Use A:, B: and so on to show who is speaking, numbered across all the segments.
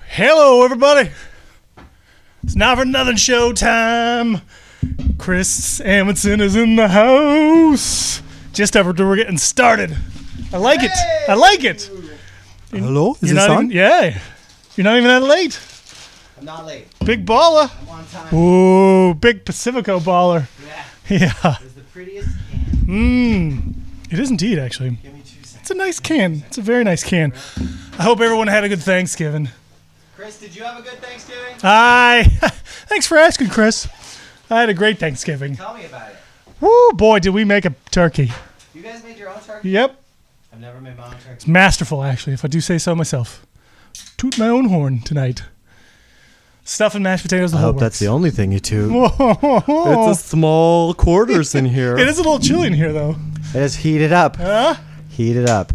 A: Hello, everybody. It's not for nothing show time. Chris Amundsen is in the house. Just after we're getting started. I like it. I like it.
B: Hello, is
A: You're
B: this
A: not
B: on?
A: even, yeah. You're not even that late.
C: I'm not late.
A: Big baller.
C: I'm on time.
A: Ooh, big Pacifico baller.
C: Yeah.
A: Yeah.
C: It was the prettiest can.
A: Mmm. It is indeed, actually.
C: Give me two seconds.
A: It's a nice can. It's a very nice can. I hope everyone had a good Thanksgiving.
C: Chris, did you have a good Thanksgiving?
A: Hi. Thanks for asking, Chris. I had a great Thanksgiving.
C: Tell me about it.
A: Woo, boy, did we make a turkey.
C: You guys made your own turkey?
A: Yep.
C: I've never made my own turkey.
A: It's masterful, actually, if I do say so myself. Toot my own horn tonight. Stuff and mashed potatoes, the
B: I
A: whole
B: hope that's the
A: works.
B: only thing you do.
A: Whoa.
B: It's a small quarters in here.
A: It is a little chilly in here, though.
B: It's heated up.
A: Huh?
B: Heated up.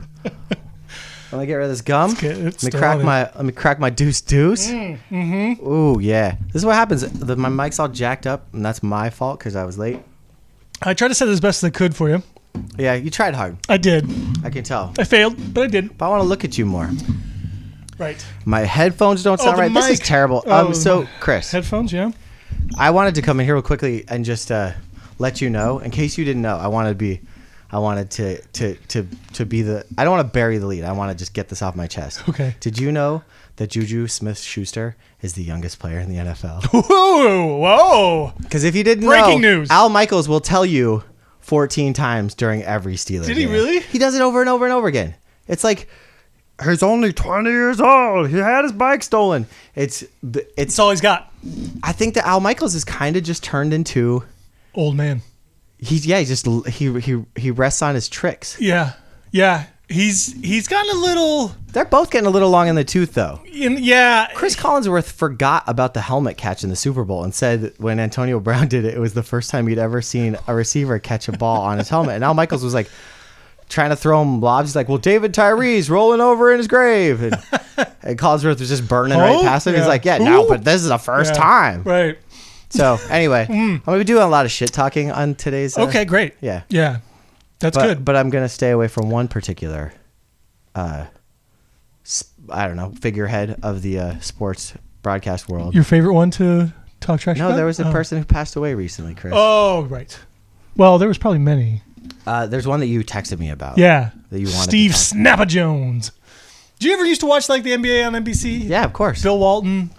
B: Let me get rid of this gum.
A: get- it's
B: let me
A: still
B: crack
A: on it. Mm,
B: my. Let me crack my deuce deuce. mm-hmm. Ooh yeah. This is what happens. The, my mic's all jacked up, and that's my fault because I was late.
A: I tried to set it as best as I could for you.
B: Yeah, you tried hard.
A: I did.
B: I can tell.
A: I failed, but I did.
B: But I want to look at you more.
A: Right.
B: My headphones don't
A: Oh,
B: sound
A: the
B: right. This is
A: mic.
B: terrible.
A: Oh,
B: um.
A: the
B: So
A: mic.
B: Chris,
A: Headphones, yeah.
B: I wanted to come in here real quickly and just uh, let you know, in case you didn't know, I wanted to be, I wanted to to to to be the. I don't want to bury the lead. I want to just get this off my chest.
A: Okay.
B: Did you know that Juju Smith Schuster is the youngest player in the NFL?
A: Whoa, whoa.
B: Because if you didn't
A: Breaking
B: know,
A: news.
B: Al Michaels will tell you 14 times during every Steelers.
A: Did he
B: game.
A: really?
B: He does it over and over and over again. It's like. He's only 20 years old. He had his bike stolen. It's it's.
A: That's all he's got.
B: I think that Al Michaels is kind of just turned into
A: Old man.
B: He's yeah, he just l- he he he rests on his tricks.
A: Yeah. Yeah. He's he's gotten a little
B: They're both getting a little long in the tooth though.
A: in, yeah.
B: Chris Collinsworth forgot about the helmet catch in the Super Bowl and said that when Antonio Brown did it, it was the first time he'd ever seen a receiver catch a ball on his helmet. And Al Michaels was like trying to throw him lobs. He's like, "Well, David Tyree's rolling over in his grave," and, and Collinsworth was just burning
A: Oh,
B: right past him.
A: yeah.
B: He's like, "Yeah, no,
A: Ooh.
B: but this is the first
A: Yeah.
B: time."
A: Right. Mm.
B: So anyway, I'm gonna be doing a lot of shit talking on today's. uh,
A: Okay, great.
B: Yeah.
A: Yeah. That's
B: but,
A: good.
B: But I'm gonna stay away from one particular, uh, sp- I don't know, figurehead of the uh, sports broadcast world.
A: Your favorite one to talk trash
B: no,
A: about?
B: there was a
A: Oh.
B: person who passed away recently, Chris.
A: Oh, right. Well, there was probably many.
B: Uh, there's one that you texted me about.
A: Yeah.
B: Oh, That you wanted to
A: Steve
B: talk-
A: Snapper Jones. Do you ever used to watch like the NBA on NBC?
B: Yeah, of course.
A: Bill Walton.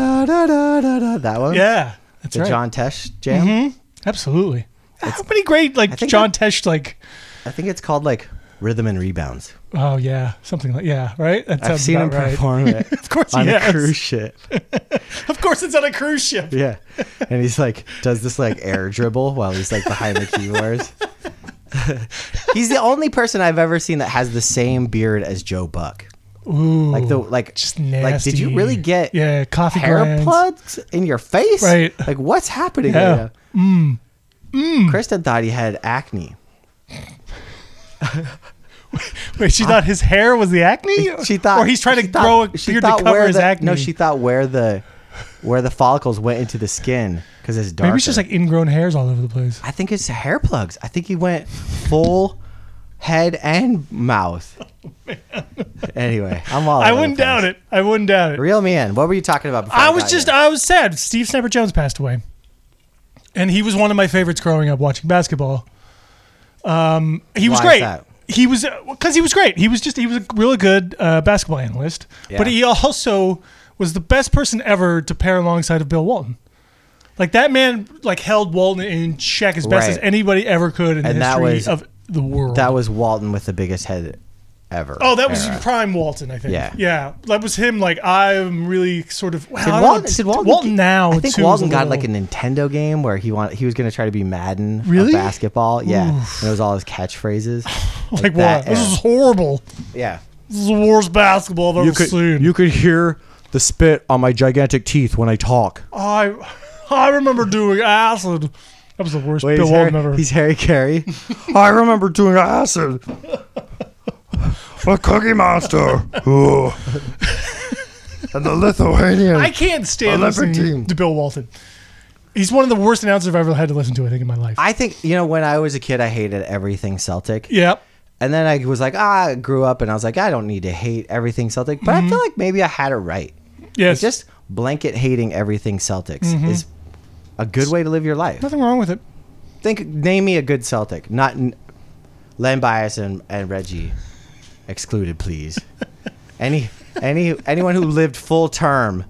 B: That one.
A: Yeah. That's
B: The
A: right.
B: John Tesh jam.
A: Absolutely. How many great like
B: think
A: John Tesh like
B: I think it's called like Rhythm and Rebounds.
A: oh yeah, something like yeah, right? That sounds
B: I've seen him
A: about right.
B: perform it
A: Of course he
B: on
A: has.
B: a cruise ship.
A: Of course it's on a cruise ship.
B: Yeah. And he's like, does this like air dribble while he's like behind the keyboards. he's the only person I've ever seen that has the same beard as Joe Buck.
A: Ooh.
B: Like the like
A: just
B: like did you
A: nasty.
B: really get
A: Yeah, coffee
B: hair
A: grinds.
B: plugs in your face?
A: Right.
B: Like what's happening
A: Yeah.
B: right now? Mm. Kristen thought he had acne.
A: Wait, she thought his hair was the acne?
B: She thought
A: Or he's trying
B: she
A: to grow a
B: thought- she
A: beard to
B: thought
A: cover
B: where
A: his
B: the-
A: acne.
B: No, she thought where the where the follicles went into the skin because it's dark.
A: Maybe it's just like ingrown hairs all over the place.
B: I think it's hair plugs. I think he went full head and mouth. Anyway, I'm all.
A: Oh, I wouldn't doubt it. I wouldn't doubt it.
B: Real man, what were you talking about? Before
A: I was
B: got
A: just
B: here?
A: I was sad. Steve Snapper Jones passed away, and he was one of my favorites growing up watching basketball. Um, he was
B: Why
A: great.
B: is that?
A: He was because he was great. He was just he was a really good uh, basketball analyst, but
B: Yeah.
A: he also was the best person ever to pair alongside of Bill Walton. Like that man, like held Walton in check as best
B: Right.
A: as anybody ever could in
B: And
A: the
B: that
A: history
B: was-
A: of the world.
B: that was Walton with the biggest head ever.
A: oh, that was
B: era.
A: prime Walton, I think.
B: Yeah.
A: yeah, that was him. Like I'm really sort of wow. I
B: Did
A: don't know,
B: Walton, did Walton, get-
A: now.
B: I think
A: too, is a
B: Walton got like
A: little-
B: a Nintendo game where he wanted he was going to try to be Madden of
A: Really?
B: basketball. Yeah, and it was all his catchphrases.
A: Like, what?
B: that
A: This
B: era.
A: is horrible.
B: yeah.
A: This is the worst basketball I've ever seen.
B: could hear the spit on my gigantic teeth when I talk.
A: I I remember doing acid. That was the worst
B: Wait,
A: Bill
B: he's, Harry,
A: Walton ever.
B: he's Harry Carey.
D: I remember doing acid. With Cookie Monster. Ooh. and the Lithuanian.
A: I can't stand
D: Olympic
A: listening
D: team.
A: to Bill Walton. He's one of the worst announcers I've ever had to listen to. I think in my life.
B: I think you know when I was a kid, I hated everything Celtic.
A: yep.
B: And then I was like, ah, I grew up and I was like, I don't need to hate everything Celtic, but I feel like maybe I had it right.
A: Mm-hmm. Yes. Mm-hmm.
B: It's just blanket hating everything Celtics is a good way to live your life.
A: nothing wrong with it.
B: Think, name me a good Celtic, not n- Len Bias and, and Reggie excluded, please. any, any, anyone who lived full term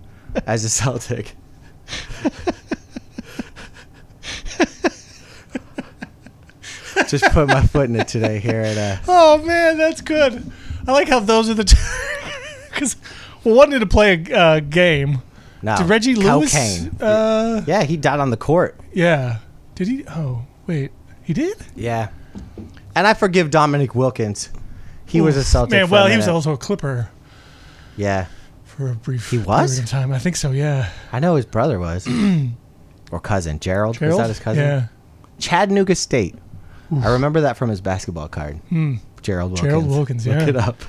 B: as a Celtic. just put my foot in it today here at uh,
A: Oh man, that's good. I like how those are the two. Because well, one did to play a uh, game.
B: no,
A: Did Reggie Lewis?
B: Cocaine.
A: Uh,
B: Yeah, he died on the court.
A: yeah. Did he? Oh wait, he did.
B: Yeah, and I forgive Dominic Wilkins. He was a Celtic.
A: Man,
B: for
A: well,
B: a
A: he was
B: minute.
A: also a Clipper
B: Yeah,
A: for a brief
B: He was?
A: period of time. I think so. Yeah.
B: I know his brother was, or cousin Gerald. Was that his cousin?
A: Yeah.
B: Chattanooga State. I remember that from his basketball card. Gerald Wilkins.
A: Hmm. Gerald Wilkins,
B: Look
A: yeah.
B: it up.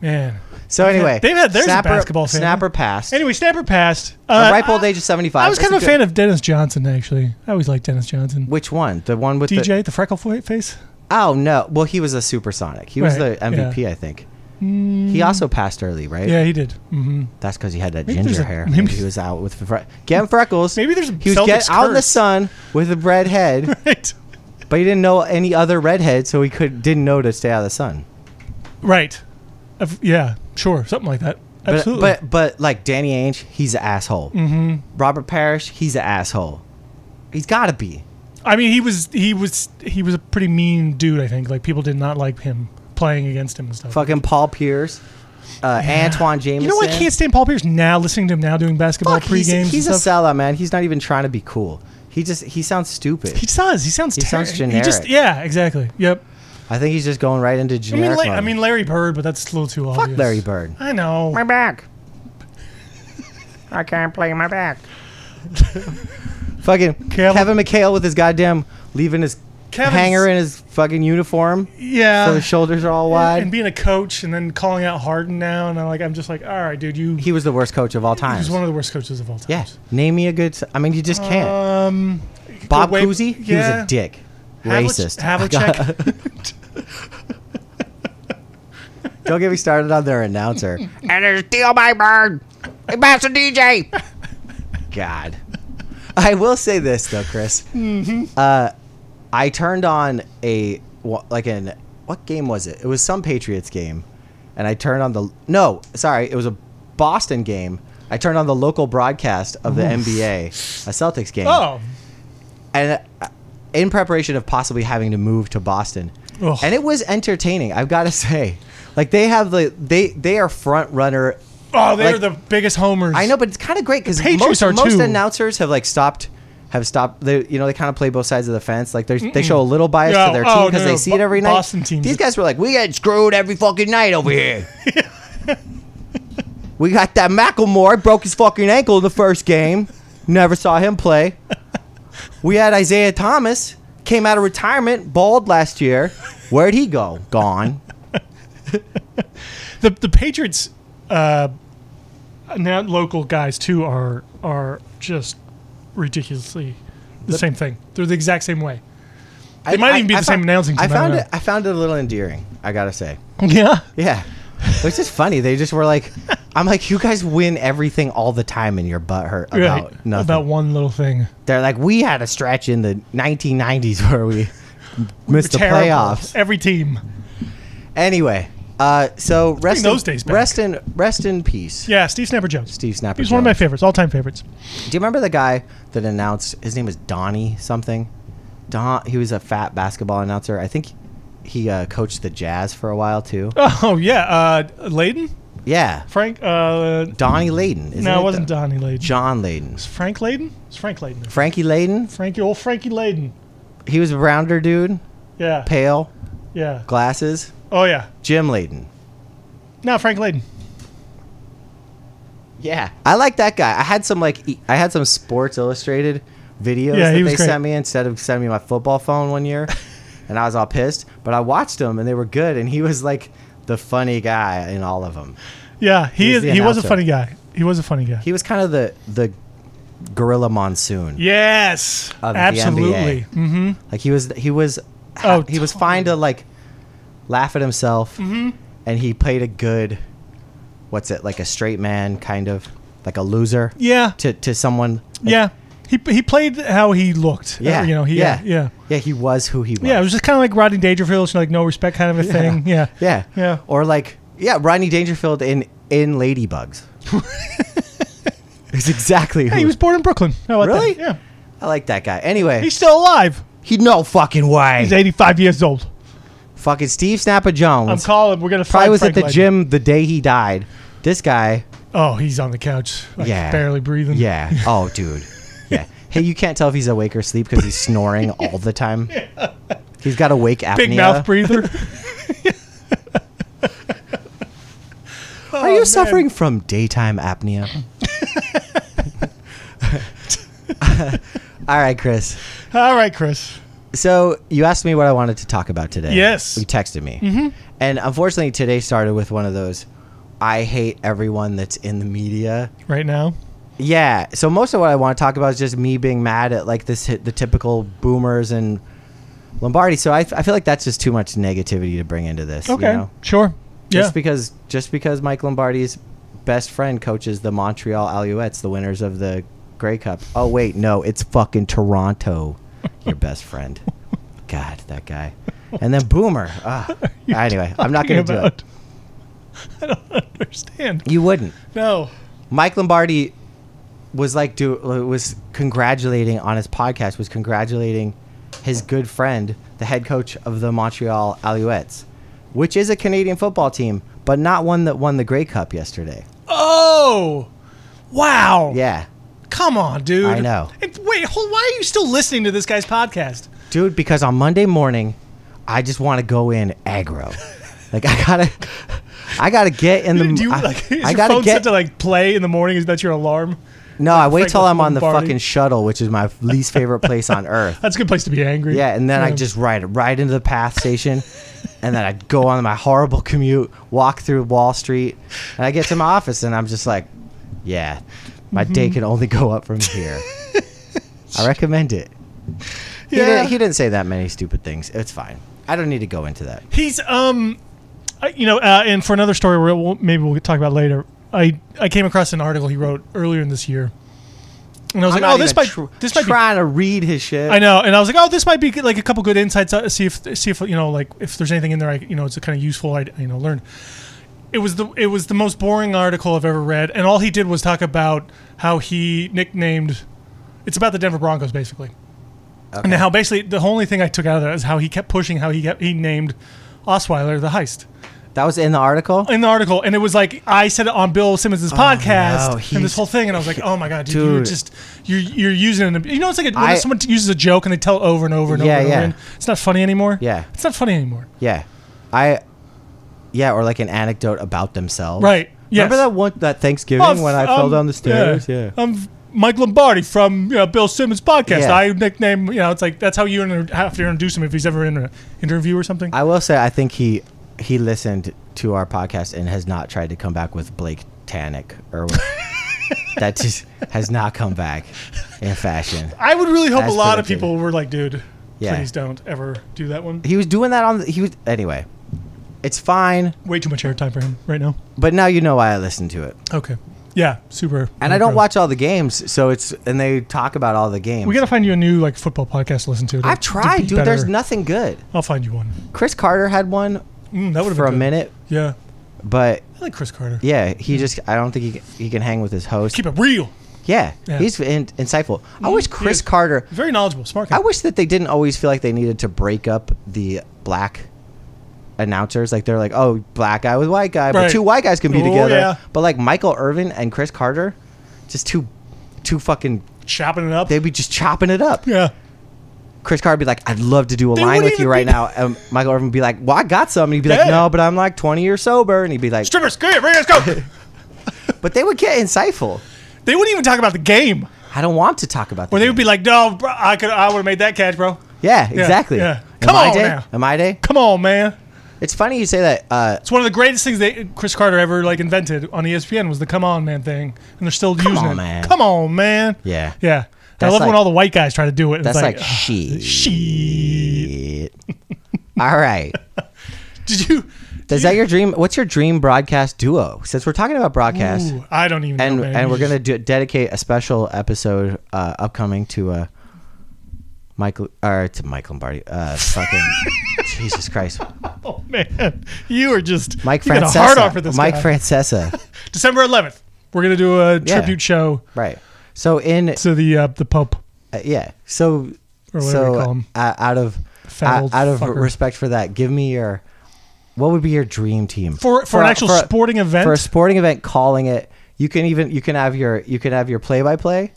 A: Man.
B: So anyway,
A: they've had- there's a
B: snapper,
A: basketball fan.
B: snapper passed.
A: Anyway, Snapper passed.
B: a
A: Uh,
B: ripe old
A: I,
B: age of seventy-five.
A: I was
B: It's
A: kind of a
B: good-
A: fan of Dennis Johnson actually. I always liked Dennis Johnson.
B: Which one? The one with the
A: DJ, the freckle fa- face.
B: Oh no! Well, he was a supersonic. He was
A: Right, Hmm.
B: the MVP, I think. He also passed early, right?
A: Yeah, he did. hmm
B: That's because he had that
A: Maybe
B: ginger
A: there's a-
B: hair.
A: maybe-
B: Maybe he was out with fre- getting freckles.
A: Maybe there's a
B: he was
A: Celtics
B: getting out in the
A: curse.
B: sun with a red head,
A: Right.
B: but he didn't know any other redhead, so he could didn't know to stay out of the sun.
A: Right. Of- yeah. Sure. Something like that.
B: But
A: Absolutely.
B: but but like Danny Ainge, he's an asshole. Mm-hmm. Robert Parrish, he's an asshole. He's got to be.
A: I mean, he was he was he was a pretty mean dude. I think like people did not like him playing against him and stuff.
B: Fucking Paul Pierce, uh, Antoine Jameson.
A: You know what? I can't stand Paul Pierce now. Listening to him now doing basketball
B: Fuck,
A: pre
B: he's,
A: games.
B: he's a
A: and stuff.
B: sellout, man. He's not even trying to be cool. He just he sounds stupid.
A: he does. He sounds.
B: He sounds
A: terri- He just
B: generic.
A: yeah. Exactly. Yep.
B: I think he's just going right into
A: I mean,
B: generic.
A: La- I
B: mode.
A: mean Larry Bird, but that's a little too
B: fuck
A: obvious.
B: Larry Bird.
A: I know.
E: my back. I can't play my back.
B: Fucking
A: Kevin-
B: Kevin McHale with his goddamn leaving his
A: Kevin's-
B: hanger in his fucking uniform,
A: Yeah.
B: so his shoulders are all wide.
A: and being a coach and then calling out Harden now and I'm like I'm just like all right, dude. You
B: he was the worst coach of all time.
A: he's one of the worst coaches of all time.
B: yeah, name me a good. s- I mean, you just can't.
A: Um.
B: Bob
A: way-
B: Cousy, he was
A: yeah.
B: a dick,
A: Havlicek-
B: racist. Don't get me started on their announcer.
E: And there's Deal My Bird. Hey, Master DJ.
B: God. I will say this though, Chris. Mm-hmm. Uh, I turned on a wha- like an what game was it? It was some Patriots game, and I turned on the no, sorry, it was a Boston game. I turned on the local broadcast of the NBA, a Celtics game,
A: Oh.
B: and uh, in preparation of possibly having to move to Boston.
A: Ugh.
B: And it was entertaining. I've got to say, like they have the they they are front runner
A: Oh, they're
B: Like-
A: the biggest homers.
B: I know, but it's kind of great because
A: Patriots
B: most,
A: are
B: most
A: too.
B: announcers have like stopped, have stopped. They you know they kind of play both sides of the fence. Like they they show a little bias
A: No,
B: to their
A: oh,
B: team because
A: no,
B: they
A: no.
B: see
A: Bo-
B: it every night.
A: Boston teams-
B: These guys were like, we get screwed every fucking night over here. we got that Macklemore broke his fucking ankle in the first game. Never saw him play. We had Isaiah Thomas came out of retirement bald last year. Where'd he go? Gone.
A: the the Patriots uh, now local guys too are are just ridiculously the, same thing. They're the exact same way.
B: They
A: might even be the same announcing
B: I
A: team, I
B: found
A: don't
B: it. I found it a little endearing. I gotta say.
A: Yeah.
B: Yeah. It's just funny. They just were like, I'm like, you guys win everything all the time and you're butthurt about
A: Right.
B: nothing.
A: About one little thing.
B: They're like, we had a stretch in the 1990s where we missed the
A: Terrible.
B: playoffs.
A: Every team.
B: Anyway, uh, so rest
A: those
B: in,
A: days back.
B: rest in rest in peace.
A: Yeah, Steve Snapper Jones.
B: Steve Snapper.
A: He's one of my
B: Jones.
A: favorites, all time favorites.
B: Do you remember the guy that announced his name was Donnie something? Don. He was a fat basketball announcer. I think he uh, coached the Jazz for a while too.
A: Oh yeah, uh, Layden,
B: Yeah,
A: Frank. Uh,
B: Donnie Layden. Isn't
A: no,
B: it
A: it wasn't
B: though?
A: Donnie Layden.
B: John Layden.
A: It's Frank Layden. It's Frank Layden.
B: Frankie Layden.
A: Frankie, old Frankie Layden.
B: He was a rounder dude,
A: Yeah.
B: pale,
A: yeah.
B: glasses.
A: Oh yeah.
B: Jim Layden.
A: No, Frank Layden.
B: Yeah, I like that guy. I had some like e- I had some Sports Illustrated videos
A: Yeah, he
B: that
A: was
B: they
A: great.
B: sent me instead of sending me my football phone one year, and I was all pissed. But I watched them and they were good, and he was like the funny guy in all of them.
A: Yeah, he
B: He's
A: is.
B: the
A: He was a
B: announcer.
A: funny guy. He was a funny guy.
B: He was kind of the the gorilla monsoon.
A: Yes,
B: Of the
A: absolutely. Mm,
B: Like he was he was
A: Oh,
B: he was fine to like laugh at himself,
A: Mm-hmm.
B: and he played a good, what's it like a straight man kind of like a loser
A: Yeah.
B: to to someone. Like,
A: yeah. He, he played how he looked.
B: yeah,
A: You know, he, uh,
B: yeah,
A: Yeah.
B: yeah. He was who he was.
A: Yeah, it was just kind of like Rodney Dangerfield, so like no respect kind of a thing. Yeah.
B: yeah,
A: Yeah.
B: Or like yeah, Rodney Dangerfield in in Ladybugs. It's exactly who
A: Hey, he was born in Brooklyn. How about
B: Really?
A: That? Yeah.
B: I like that guy. Anyway,
A: He's still alive.
B: he no fucking way.
A: He's 85 years old.
B: fucking Steve Snapper Jones.
A: I'm calling. We're gonna
B: probably
A: find
B: was
A: Frank
B: at the
A: Leiden.
B: gym the day he died. This guy,
A: Oh, he's on the couch. Like,
B: Yeah.
A: Barely breathing.
B: yeah. Oh, dude. Yeah. Hey, you can't tell if he's awake or asleep because he's snoring all the time. He's got awake apnea.
A: Big mouth breather. Oh,
B: Are you suffering from daytime apnea? all right, Chris.
A: All right, Chris.
B: So you asked me what I wanted to talk about today.
A: Yes. Mm-hmm.
B: You texted me. And unfortunately, today started with one of those. I hate everyone that's in the media.
A: Right now.
B: Yeah. So most of what I want to talk about is just me being mad at like this the typical boomers and Lombardi. So I, I feel like that's just too much negativity to bring into this. you
A: Okay.
B: know?
A: Sure. Yeah.
B: Just because just because Mike Lombardi's best friend coaches the Montreal Alouettes, the winners of the Grey Cup. Oh wait, no, it's fucking Toronto. Your best friend. God, that guy. And then Boomer. Ah. Anyway, I'm not going to do it.
A: I don't understand.
B: You wouldn't.
A: No.
B: Mike Lombardi was like do was congratulating on his podcast was congratulating his good friend, the head coach of the Montreal Alouettes, which is a Canadian football team, but not one that won the Grey Cup yesterday.
A: Oh. Wow.
B: Yeah.
A: Come on, dude.
B: I know.
A: And wait, hold, why are you still listening to this guy's podcast?
B: Dude, because on Monday morning, I just want to go in aggro. like I gotta I gotta get in the
A: Do you,
B: Um, I,
A: like, is
B: I
A: your
B: gotta
A: phone set
B: get
A: to like play in the morning? Is that your alarm?
B: No, I wait till
A: Franklin
B: I'm on the
A: Lombardi?
B: fucking shuttle, which is my least favorite place on earth.
A: That's a good place to be angry.
B: Yeah, and then I just ride right into the path station, and then I go on my horrible commute, walk through Wall Street, and I get to my office, and I'm just like, yeah, my day can only go up from here. I recommend it. He,
A: Yeah.
B: didn't, he didn't say that many stupid things. It's fine. I don't need to go into that.
A: He's um, I- you know, uh, and for another story, we'll, we'll- maybe we'll talk about later. I I came across an article he wrote earlier in this year, and I was
B: I'm
A: like,
B: not
A: oh, this
B: even
A: might
B: tr-
A: this might be.
B: trying to read his shit.
A: I know, and I was like, oh, this might be good- like a couple good insights. Uh, see if see if you know like if there's anything in there, I you know, it's kind of useful. I you know learn. It was the it was the most boring article I've ever read, and all he did was talk about how he nicknamed. It's about the Denver Broncos, basically. And how basically the only thing I took out of that is how he kept pushing how he kept, he named Osweiler the heist
B: That was in the article.
A: in the article, and it was like I said it on Bill Simmons'
B: Oh, no,
A: podcast and
B: he's-
A: this whole thing, and I was like, oh my god, dude, you're
B: Dude.
A: just you're you're using it. You know, it's like when
B: I-
A: someone uses a joke and they tell it over and over and
B: Yeah,
A: over and
B: yeah.
A: over. And it's not funny anymore.
B: Yeah.
A: it's not funny anymore.
B: Yeah, I. Yeah, or like an anecdote about themselves.
A: Right. Yes.
B: Remember that one that Thanksgiving
A: Oh,
B: when I
A: f-
B: fell
A: um,
B: down the stairs? yeah.
A: I'm Mike Lombardi from you know, Bill Simmons podcast.
B: Yeah.
A: I nickname you know it's like that's how you inter- have to introduce him if he's ever in an interview or something.
B: I will say I think he he listened to our podcast and has not tried to come back with Blake Tannick or with- that just has not come back in fashion.
A: I would really hope a
B: That's
A: lot of
B: predicted.
A: people were like, dude,
B: Yeah.
A: please don't ever do that one.
B: He was doing that on the, he was anyway. It's fine,
A: Way too much airtime for him right now.
B: but now you know why I listened to it.
A: Okay. Yeah, super.
B: And I don't watch all the games, so it's and they talk about all the games.
A: We gotta find you a new like football podcast to listen to. to-
B: I've
A: to
B: tried,
A: be
B: dude. There's
A: better.
B: nothing good.
A: I'll find you one.
B: Chris Carter had one
A: Mm, that would have
B: for a
A: been good.
B: minute,
A: Yeah,
B: but
A: I like Chris Carter.
B: yeah, he just I don't think he can, he can hang with his host.
A: Keep it real.
B: Yeah,
A: Yeah.
B: he's in, insightful. I wish Chris
A: is.
B: Carter
A: Very knowledgeable, smart guy.
B: I wish that they didn't always feel like they needed to break up the black announcers. Like they're like, oh, black guy with white guy,
A: Right.
B: but two white guys can be
A: Oh,
B: together.
A: yeah.
B: But like Michael Irvin and Chris Carter, just two, two fucking.
A: Chopping it up.
B: They'd be just chopping it up.
A: yeah,
B: Chris Carter would be like, I'd love to do a
A: They
B: line
A: wouldn't
B: with you
A: even
B: right
A: be-
B: now. And Michael Irvin would be like, Well, I got some. And he'd be like,
A: Yeah.
B: No, but I'm like 20 years sober. And he'd be like,
A: strippers, come here, bring us go.
B: But they would get insightful.
A: they wouldn't even talk about the game,
B: I don't want to talk about that.
A: or they would be like, "No, bro, I could, I would have made that catch, bro.
B: Yeah, exactly.
A: yeah.
B: In
A: Come
B: my
A: on
B: day,
A: now.
B: In my day.
A: Come on, man."
B: It's funny you say that. Uh,
A: It's one of the greatest things that Chris Carter ever like invented on E ESPN was the "Come on, man" thing, and they're still using
B: on,
A: it.
B: man.
A: Come on, man.
B: Yeah.
A: yeah. I
B: That's
A: love when
B: like-
A: all the white guys try to do it. and
B: That's
A: it's
B: like,
A: like,
B: shit.
A: she.
B: All right.
A: Did you?
B: Is that your dream? What's your dream broadcast duo? Since we're talking about broadcast,
A: Ooh, I don't even
B: and
A: know. man.
B: and we're gonna do, dedicate a special episode uh, upcoming to uh, Michael or to Mike Lombardi. Uh, fucking Jesus Christ,
A: Oh man, you are just
B: Mike
A: you got a
B: Francesa.
A: hard on for this
B: Mike
A: guy.
B: Francesa.
A: December 11th, we're gonna do a tribute show
B: Right. So in uh,
A: to the uh, the Pope
B: yeah. So
A: or whatever you call
B: so
A: him.
B: uh, out of
A: Fat
B: uh,
A: old
B: out of
A: fucker.
B: respect for that, give me your what would be your dream team
A: For- for an
B: a-
A: actual
B: a-
A: sporting event?
B: for a sporting event calling it you can even you can have your you can have your play by play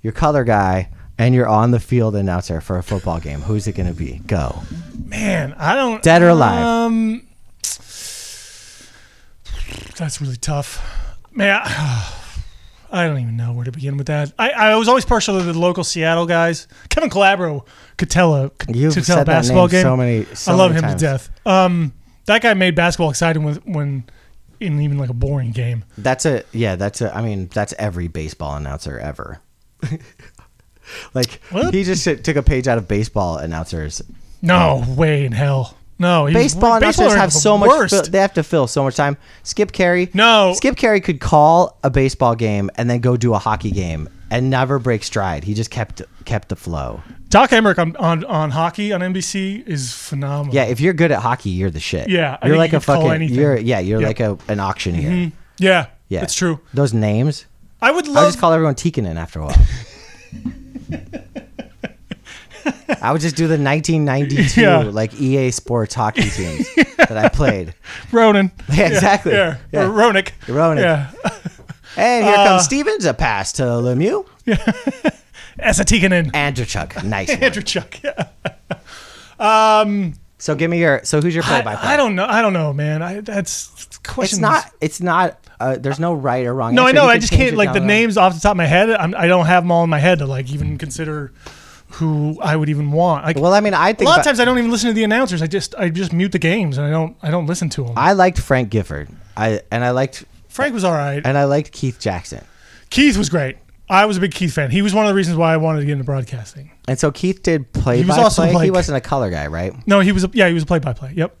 B: your color guy and your on the field announcer for a football game who's it going to be go
A: Man, I don't
B: Dead or alive?
A: Um, that's really tough. Man, I, I don't even know where to begin with that. I, I was always partial to the local Seattle guys. Kevin Calabro could tell a could,
B: You've
A: could tell a
B: said that
A: basketball
B: name
A: game.
B: so many- so
A: I love
B: many
A: him
B: times.
A: to death. Um, that guy made basketball exciting with when in even like a boring game.
B: that's a yeah that's a i mean that's every baseball announcer ever like
A: What?
B: he just took a page out of baseball announcers
A: No way in hell. No, he was-
B: baseball announcers
A: are
B: have
A: the
B: so much.
A: worst.
B: Fill, they have to fill so much time. Skip Carey.
A: No.
B: Skip Carey could call a baseball game and then go do a hockey game and never break stride. He just kept kept the flow.
A: Doc Emmerich on, on on hockey on NBC is phenomenal.
B: Yeah, if you're good at hockey, you're the shit.
A: Yeah, I
B: you're
A: think
B: like
A: you
B: a
A: could call
B: fucking.
A: anything.
B: You're yeah, you're
A: Yeah.
B: like a an auctioneer.
A: yeah,
B: Yeah,
A: it's true.
B: Those names,
A: I would love.
B: I would just call everyone Tikkanen after a while. I would just do the 1992
A: Yeah.
B: like EA Sports hockey teams that I played.
A: Ronan.
B: Yeah, exactly.
A: Yeah.
B: Yeah.
A: Or Ronick.
B: Ronick.
A: Yeah.
B: And here
A: Uh,
B: comes Stevens, a pass to Lemieux.
A: As a Tikkanen.
B: Andrzejczyk, nice one.
A: Andrew Chuck. Yeah.
B: So give me your. So who's your
A: I,
B: play by play?
A: I don't know. I don't know, man. I that's
B: It's
A: questions.
B: not. It's not. Uh, there's no right or wrong.
A: No, I
B: answer.
A: know.
B: You
A: I
B: can
A: just
B: change
A: can't
B: it
A: like
B: down
A: the
B: road.
A: names off the top of my head. I'm, I don't have them all in my head to like even consider who I would even want. Like
B: Well, I mean, I
A: a
B: think
A: lot of
B: about-
A: times I don't even listen to the announcers. I just I just mute the games and I don't I don't listen to them.
B: I liked Frank Gifford. I and I liked
A: Frank was all right.
B: and I liked Keith Jackson.
A: Keith was great. I was a big Keith fan. He was one of the reasons why I wanted to get into broadcasting.
B: And so Keith did play
A: was
B: by
A: also,
B: play. He
A: like-
B: wasn't a color guy, right?
A: No, he was a, yeah, he was a play-by-play. Yep.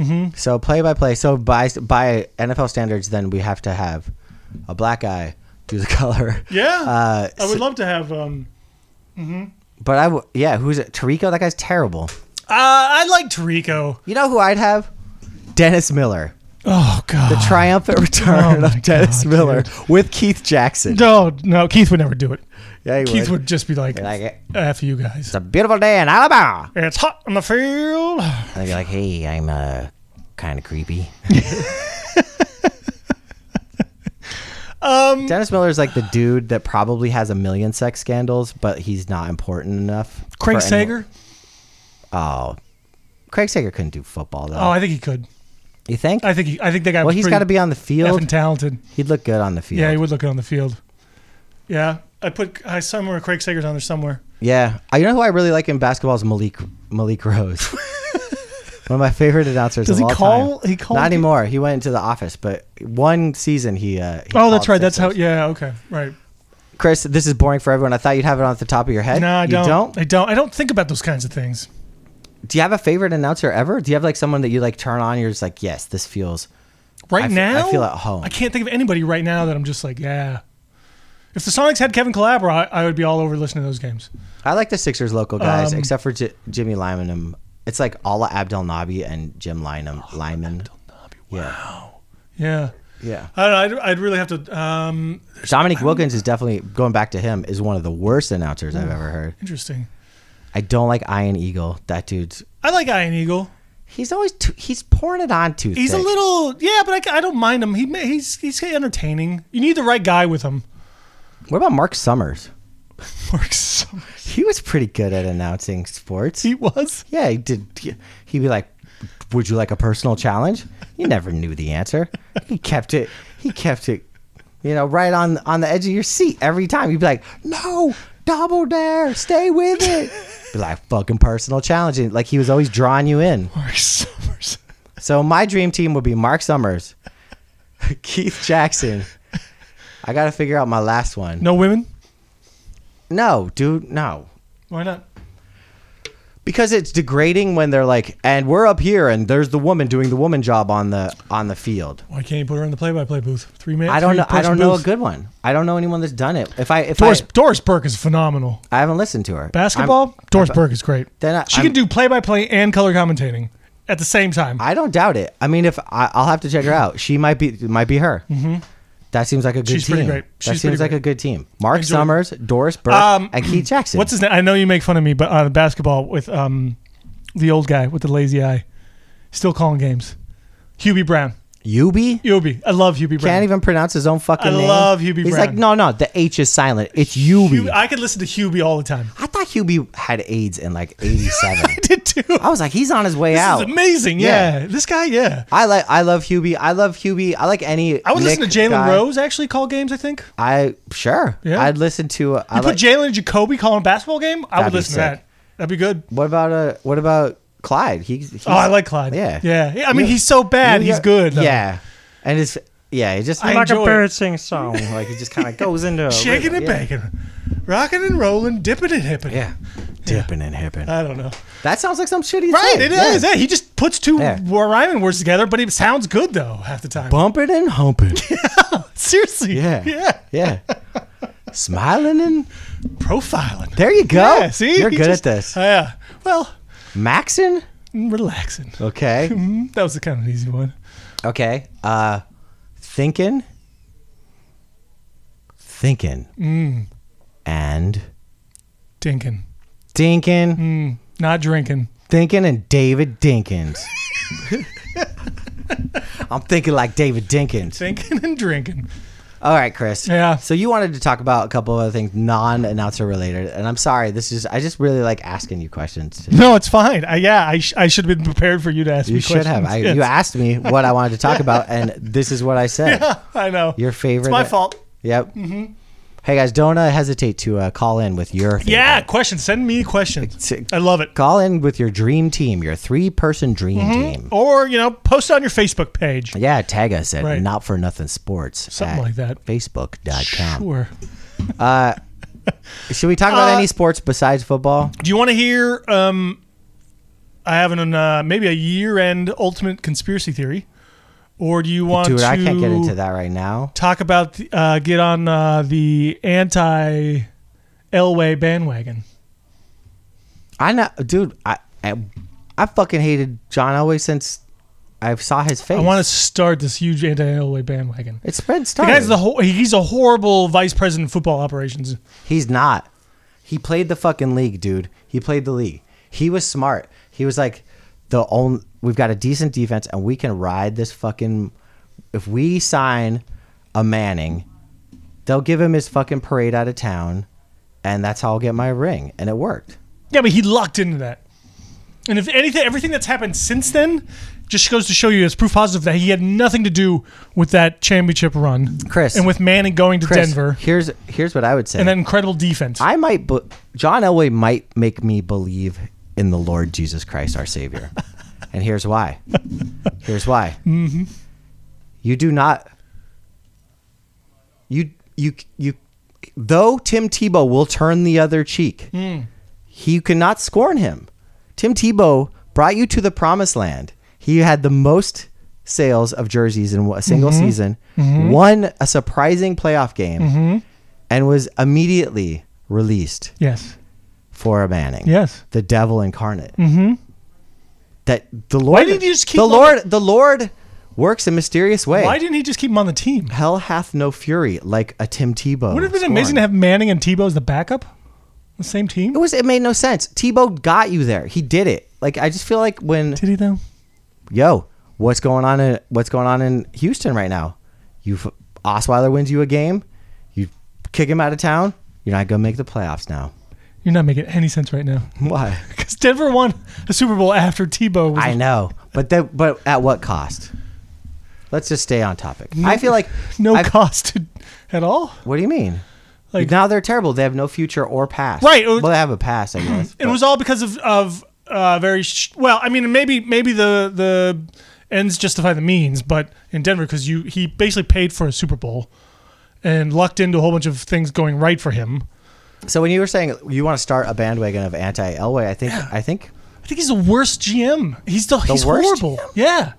B: Uh, So play by play. So by by NFL standards, then we have to have a black guy do the color.
A: Yeah.
B: Uh,
A: I would
B: so-
A: love to have um
B: but I w- yeah. Who's it? Tarico? That guy's terrible.
A: Uh, I like Tarico.
B: You know who I'd have? Dennis Miller.
A: Oh God.
B: The triumphant return
A: Oh my
B: of Dennis
A: God,
B: Miller
A: dude.
B: with Keith Jackson.
A: no, no, Keith would never do it.
B: Yeah, he
A: Keith would. just be like,
B: Be like, "Eh,
A: "F you guys."
B: It's a beautiful day in Alabama.
A: It's hot on the field.
B: And they'd be like, hey, I'm uh, kind of creepy. um, Dennis Miller's like the dude that probably has a million sex scandals, but he's not important enough.
A: Craig
B: for anyone-
A: Sager.
B: Oh. Craig Sager couldn't do football, though.
A: Oh, I think he could.
B: you think?
A: I think he, I think that guy.
B: well,
A: was
B: he's
A: pretty
B: got to be on the
A: effing
B: field.
A: talented.
B: He'd look good on the field.
A: Yeah, he would look good on the field. Yeah, I put I somewhere Craig Sager's on there somewhere.
B: Yeah, I, you know who I really like in basketball is Malik Malik Rose. One of my favorite announcers.
A: Does
B: of
A: he
B: all
A: call-
B: Time.
A: he called-
B: Not anymore. He went into the office, but one season he. Uh, he
A: Oh, that's
B: called
A: right. That's how.
B: Sixers.
A: Yeah. Okay. Right.
B: Chris, this is boring for everyone. I thought you'd have it on at the top of your head.
A: No, I
B: You
A: don't.
B: don't.
A: I don't. I don't think about those kinds of things.
B: Do you have a favorite announcer ever? Do you have like someone that you like turn on? You're just like, yes, this feels.
A: Right
B: I fe- I
A: now,
B: feel at home.
A: I can't think of anybody right now that I'm just like, yeah. If the Sonics had Kevin Calabro, I, I would be all over listening to those games.
B: I like the Sixers local guys,
A: Um,
B: except for J- Jimmy Lyman. Um, It's like Ala Abdel Nabi and Jim Lyman. Lyman. Yeah.
A: Yeah.
B: Yeah.
A: I don't know. I'd, I'd really have to. Um,
B: Dominic Wilkins is definitely going back to him. Is one of the worst announcers I've ever heard.
A: interesting.
B: I don't like Iron Eagle. That dude's
A: I like Iron Eagle.
B: he's always too, he's pouring it on too.
A: He's
B: thick.
A: a little, yeah, but I, ca- I don't mind him. He ma- he's he's entertaining. You need the right guy with him.
B: What about Mark Summers?
A: Mark Summers.
B: He was pretty good at announcing sports.
A: He was.
B: yeah, he did. he- He'd be like, "Would you like a personal challenge?" You never knew the answer. He kept it. He kept it. You know, right on on the edge of your seat every time. You'd be like, "No, double dare, stay with it." Be like, "Fucking personal challenge!" And, Like he was always drawing you in.
A: Mark Summers.
B: So my dream team would be Mark Summers, Keith Jackson. I gotta figure out my last one.
A: No women?
B: No, dude, no.
A: Why not?
B: because it's degrading when they're like, and we're up here, and there's the woman doing the woman job on the on the field.
A: Why can't you put her in the play-by-play booth? Three minutes.
B: I don't know. I don't know a good one. I don't know anyone that's done it. If I if
A: Doris, Doris Burke is phenomenal.
B: I, I haven't listened to her
A: Basketball.
B: I'm-
A: Doris
B: I'm-
A: Burke is great.
B: Then I-
A: she
B: I'm-
A: can do play-by-play and color commentating at the same time.
B: I don't doubt it. I mean, if I, I'll have to check her out, she might be it might be her. Mm-hmm. That seems like a good
A: She's
B: team.
A: pretty great.
B: that
A: She's
B: seems
A: pretty
B: like
A: great.
B: a good team. Mark
A: Enjoy-
B: Summers, Doris Burke,
A: Um,
B: and Keith Jackson.
A: What's his name? I know you make fun of me, but on the basketball with um, the old guy with the lazy eye, still calling games. Hubie Brown.
B: Yubi?
A: Hubie. I love Hubie Brown.
B: Can't even pronounce his own fucking
A: I
B: name.
A: love Hubie
B: He's
A: Brown.
B: like, no, no, the H is silent. It's Yubi.
A: Hubie-
B: I,
A: I could listen to Hubie all the time.
B: thought Hubie had AIDS in like '87.
A: I did too. This
B: I was like, he's on his way
A: is
B: out.
A: amazing. Yeah.
B: Yeah.
A: This guy, yeah.
B: I like, I love Hubie. I love Hubie. I like any.
A: I would listen
B: Nick
A: to Jalen
B: guy.
A: Rose actually call games, I think. You
B: I sure.
A: Yeah.
B: I'd listen to. Uh, I
A: put
B: like,
A: Jalen and Jacoby calling a basketball game? I
B: That'd
A: would
B: be
A: listen to
B: sick.
A: that. That'd be good.
B: what about uh? What about Clyde? He. he's-
A: Oh, I like Clyde.
B: Yeah.
A: Yeah. yeah I mean,
B: Yeah.
A: he's so bad.
B: You
A: he's
B: got-
A: good. though.
B: Yeah, and it's yeah. He just
A: I
B: like,
E: Like a
A: enjoy
E: bird sings song. Like
B: he just kind of goes.
E: into a
A: Shaking and
B: Yeah.
A: bacon, rocking and rolling, dipping and hipping.
B: Yeah, dipping and hipping.
A: I don't know.
B: that sounds like some shitty.
A: Uh, Right,
B: thing.
A: it is.
B: yeah.
A: yeah. he just puts two
B: Yeah.
A: wor- rhyming words together, but it sounds good though half the time.
B: Bumping and humping.
A: Seriously,
B: Yeah.
A: yeah.
B: yeah. Smiling and
A: Profiling.
B: there you go.
A: Yeah, see,
B: you're
A: He
B: good
A: just- uh,
B: at this.
A: Yeah. Well,
B: Maxon.
A: mm, relaxing.
B: Okay.
A: Mm, That was kind of an easy one.
B: Okay. Uh, thinking. Thinking.
A: Mm.
B: And
A: Dinkin,
B: Dinkin.
A: Mm. not drinking.
B: Thinking and David Dinkins. I'm thinking like David Dinkins.
A: Thinking and drinking.
B: All right, Chris.
A: Yeah.
B: So you wanted to talk about a couple of other things non-announcer related, and I'm sorry. This is I just really like asking you questions. today.
A: No, it's fine. I, yeah, I, sh- I should have been prepared for you to ask me
B: You should have.
A: questions.
B: I,
A: Yes.
B: You asked me what I wanted to talk about, and this is what I said.
A: I know.
B: Your favorite.
A: It's my fault.
B: Yep. Hey guys, don't uh, hesitate to uh, call in with your. Favorite.
A: Mm-hmm. Yeah, questions. Send me questions.
B: It's-
A: I love it.
B: Call in with your dream team, your three-person dream
A: Mm-hmm.
B: team.
A: Or, you know, post it on your Facebook page.
B: Yeah, tag us at
A: Right.
B: Not For Nothing Sports.
A: Something
B: at
A: like that.
B: Facebook.com.
A: Sure.
B: Should we talk about
A: Uh,
B: any sports besides football?
A: Do you want to hear? Um, I have an uh, maybe a year-end ultimate conspiracy theory, or do you want
B: Dude,
A: to?
B: I can't get into that right now.
A: Talk about the, uh, get on uh, the anti Elway bandwagon.
B: I know, dude. I, I I fucking hated John Elway since I saw his face.
A: I want to start this huge anti Elway bandwagon.
B: It's been
A: The
B: started.
A: guy's the whole, he's a horrible vice president of football operations.
B: He's not. He played the fucking league, dude. He played the league. He was smart. He was like the only. We've got a decent defense, and we can ride this fucking. If we sign a Manning, they'll give him his fucking parade out of town, and that's how I'll get my ring. And it worked.
A: Yeah, but he locked into that. And if anything, everything that's happened since then just goes to show you as proof positive that he had nothing to do with that championship run,
B: Chris.
A: and with Manning going to
B: Chris,
A: Denver
B: Here's here's what I would say.
A: and that incredible defense.
B: I might, be- John Elway might make me believe in the Lord Jesus Christ, our Savior. and here's why. Here's why. Mm-hmm. You do not. You you you. Though Tim Tebow will turn the other cheek, he you cannot scorn him. Tim Tebow brought you to the promised land. He had the most sales of jerseys in a single season, won a surprising playoff game, and was immediately released
A: yes,
B: for a Manning.
A: yes.
B: The devil incarnate. Mm-hmm. That the Lord.
A: didn't you just keep
B: the
A: on-
B: Lord? The Lord works in mysterious way.
A: Why didn't he just keep him on the team?
B: Hell hath no fury like a Tim Tebow.
A: Would it have been
B: scorn.
A: amazing to have Manning and Tebow as the backup, the same team?
B: It was. It made no sense. Tebow got you there. He did it. Like I just feel like when
A: Did he though?
B: yo, what's going on in what's going on in Houston right now? You have Osweiler wins you a game, you kick him out of town. You're not gonna make the playoffs now.
A: You're not making any sense right now
B: Why?
A: because Denver won the Super Bowl after Tebow. Was
B: I know, but that but at what cost? Let's just stay on topic. I feel like
A: no
B: I've-
A: cost to, at all.
B: What do you mean?
A: Like-
B: Like now they're terrible. They have no future or past.
A: Right, it was-
B: Well, they have a past, I guess.
A: It was all because of of uh, very sh- well. I mean, maybe maybe the the ends justify the means, but in Denver, because you he basically paid for a Super Bowl and lucked into a whole bunch of things going right for him.
B: So when you were saying you want to start a bandwagon of anti Elway, I think I think
A: I think he's the worst GM. He's the, he's
B: worst
A: horrible. Yeah,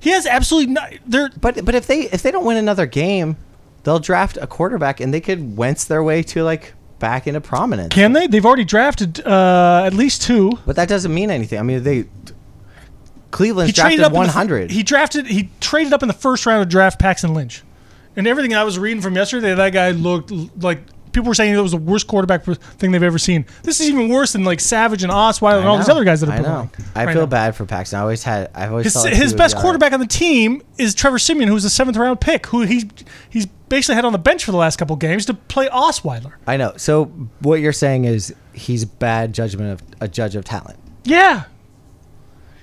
A: he has absolutely not. They're
B: But but if they if they don't win another game, they'll draft a quarterback and they could wentz their way to like back into prominence.
A: can they? They've already drafted uh, at least two.
B: But that doesn't mean anything. I mean they Cleveland's
A: traded
B: drafted
A: in
B: one
A: the fir-
B: hundred.
A: he drafted. He traded up in the first round to draft Paxton Lynch, and everything I was reading from yesterday, that guy looked l- like people were saying it was the worst quarterback pr- thing they've ever seen. This is even worse than like Savage and Osweiler and all these other guys that are
B: I know.
A: performing.
B: I
A: right
B: feel
A: now.
B: bad for Paxton. I always had I've always
A: His,
B: felt like he uh,
A: his
B: would
A: best
B: be all right.
A: quarterback on the team is Trevor Simeon, who's a seventh round pick, who he he's basically had on the bench for the last couple games to play Osweiler.
B: I know. So what you're saying is he's bad judgment of a judge of talent.
A: Yeah.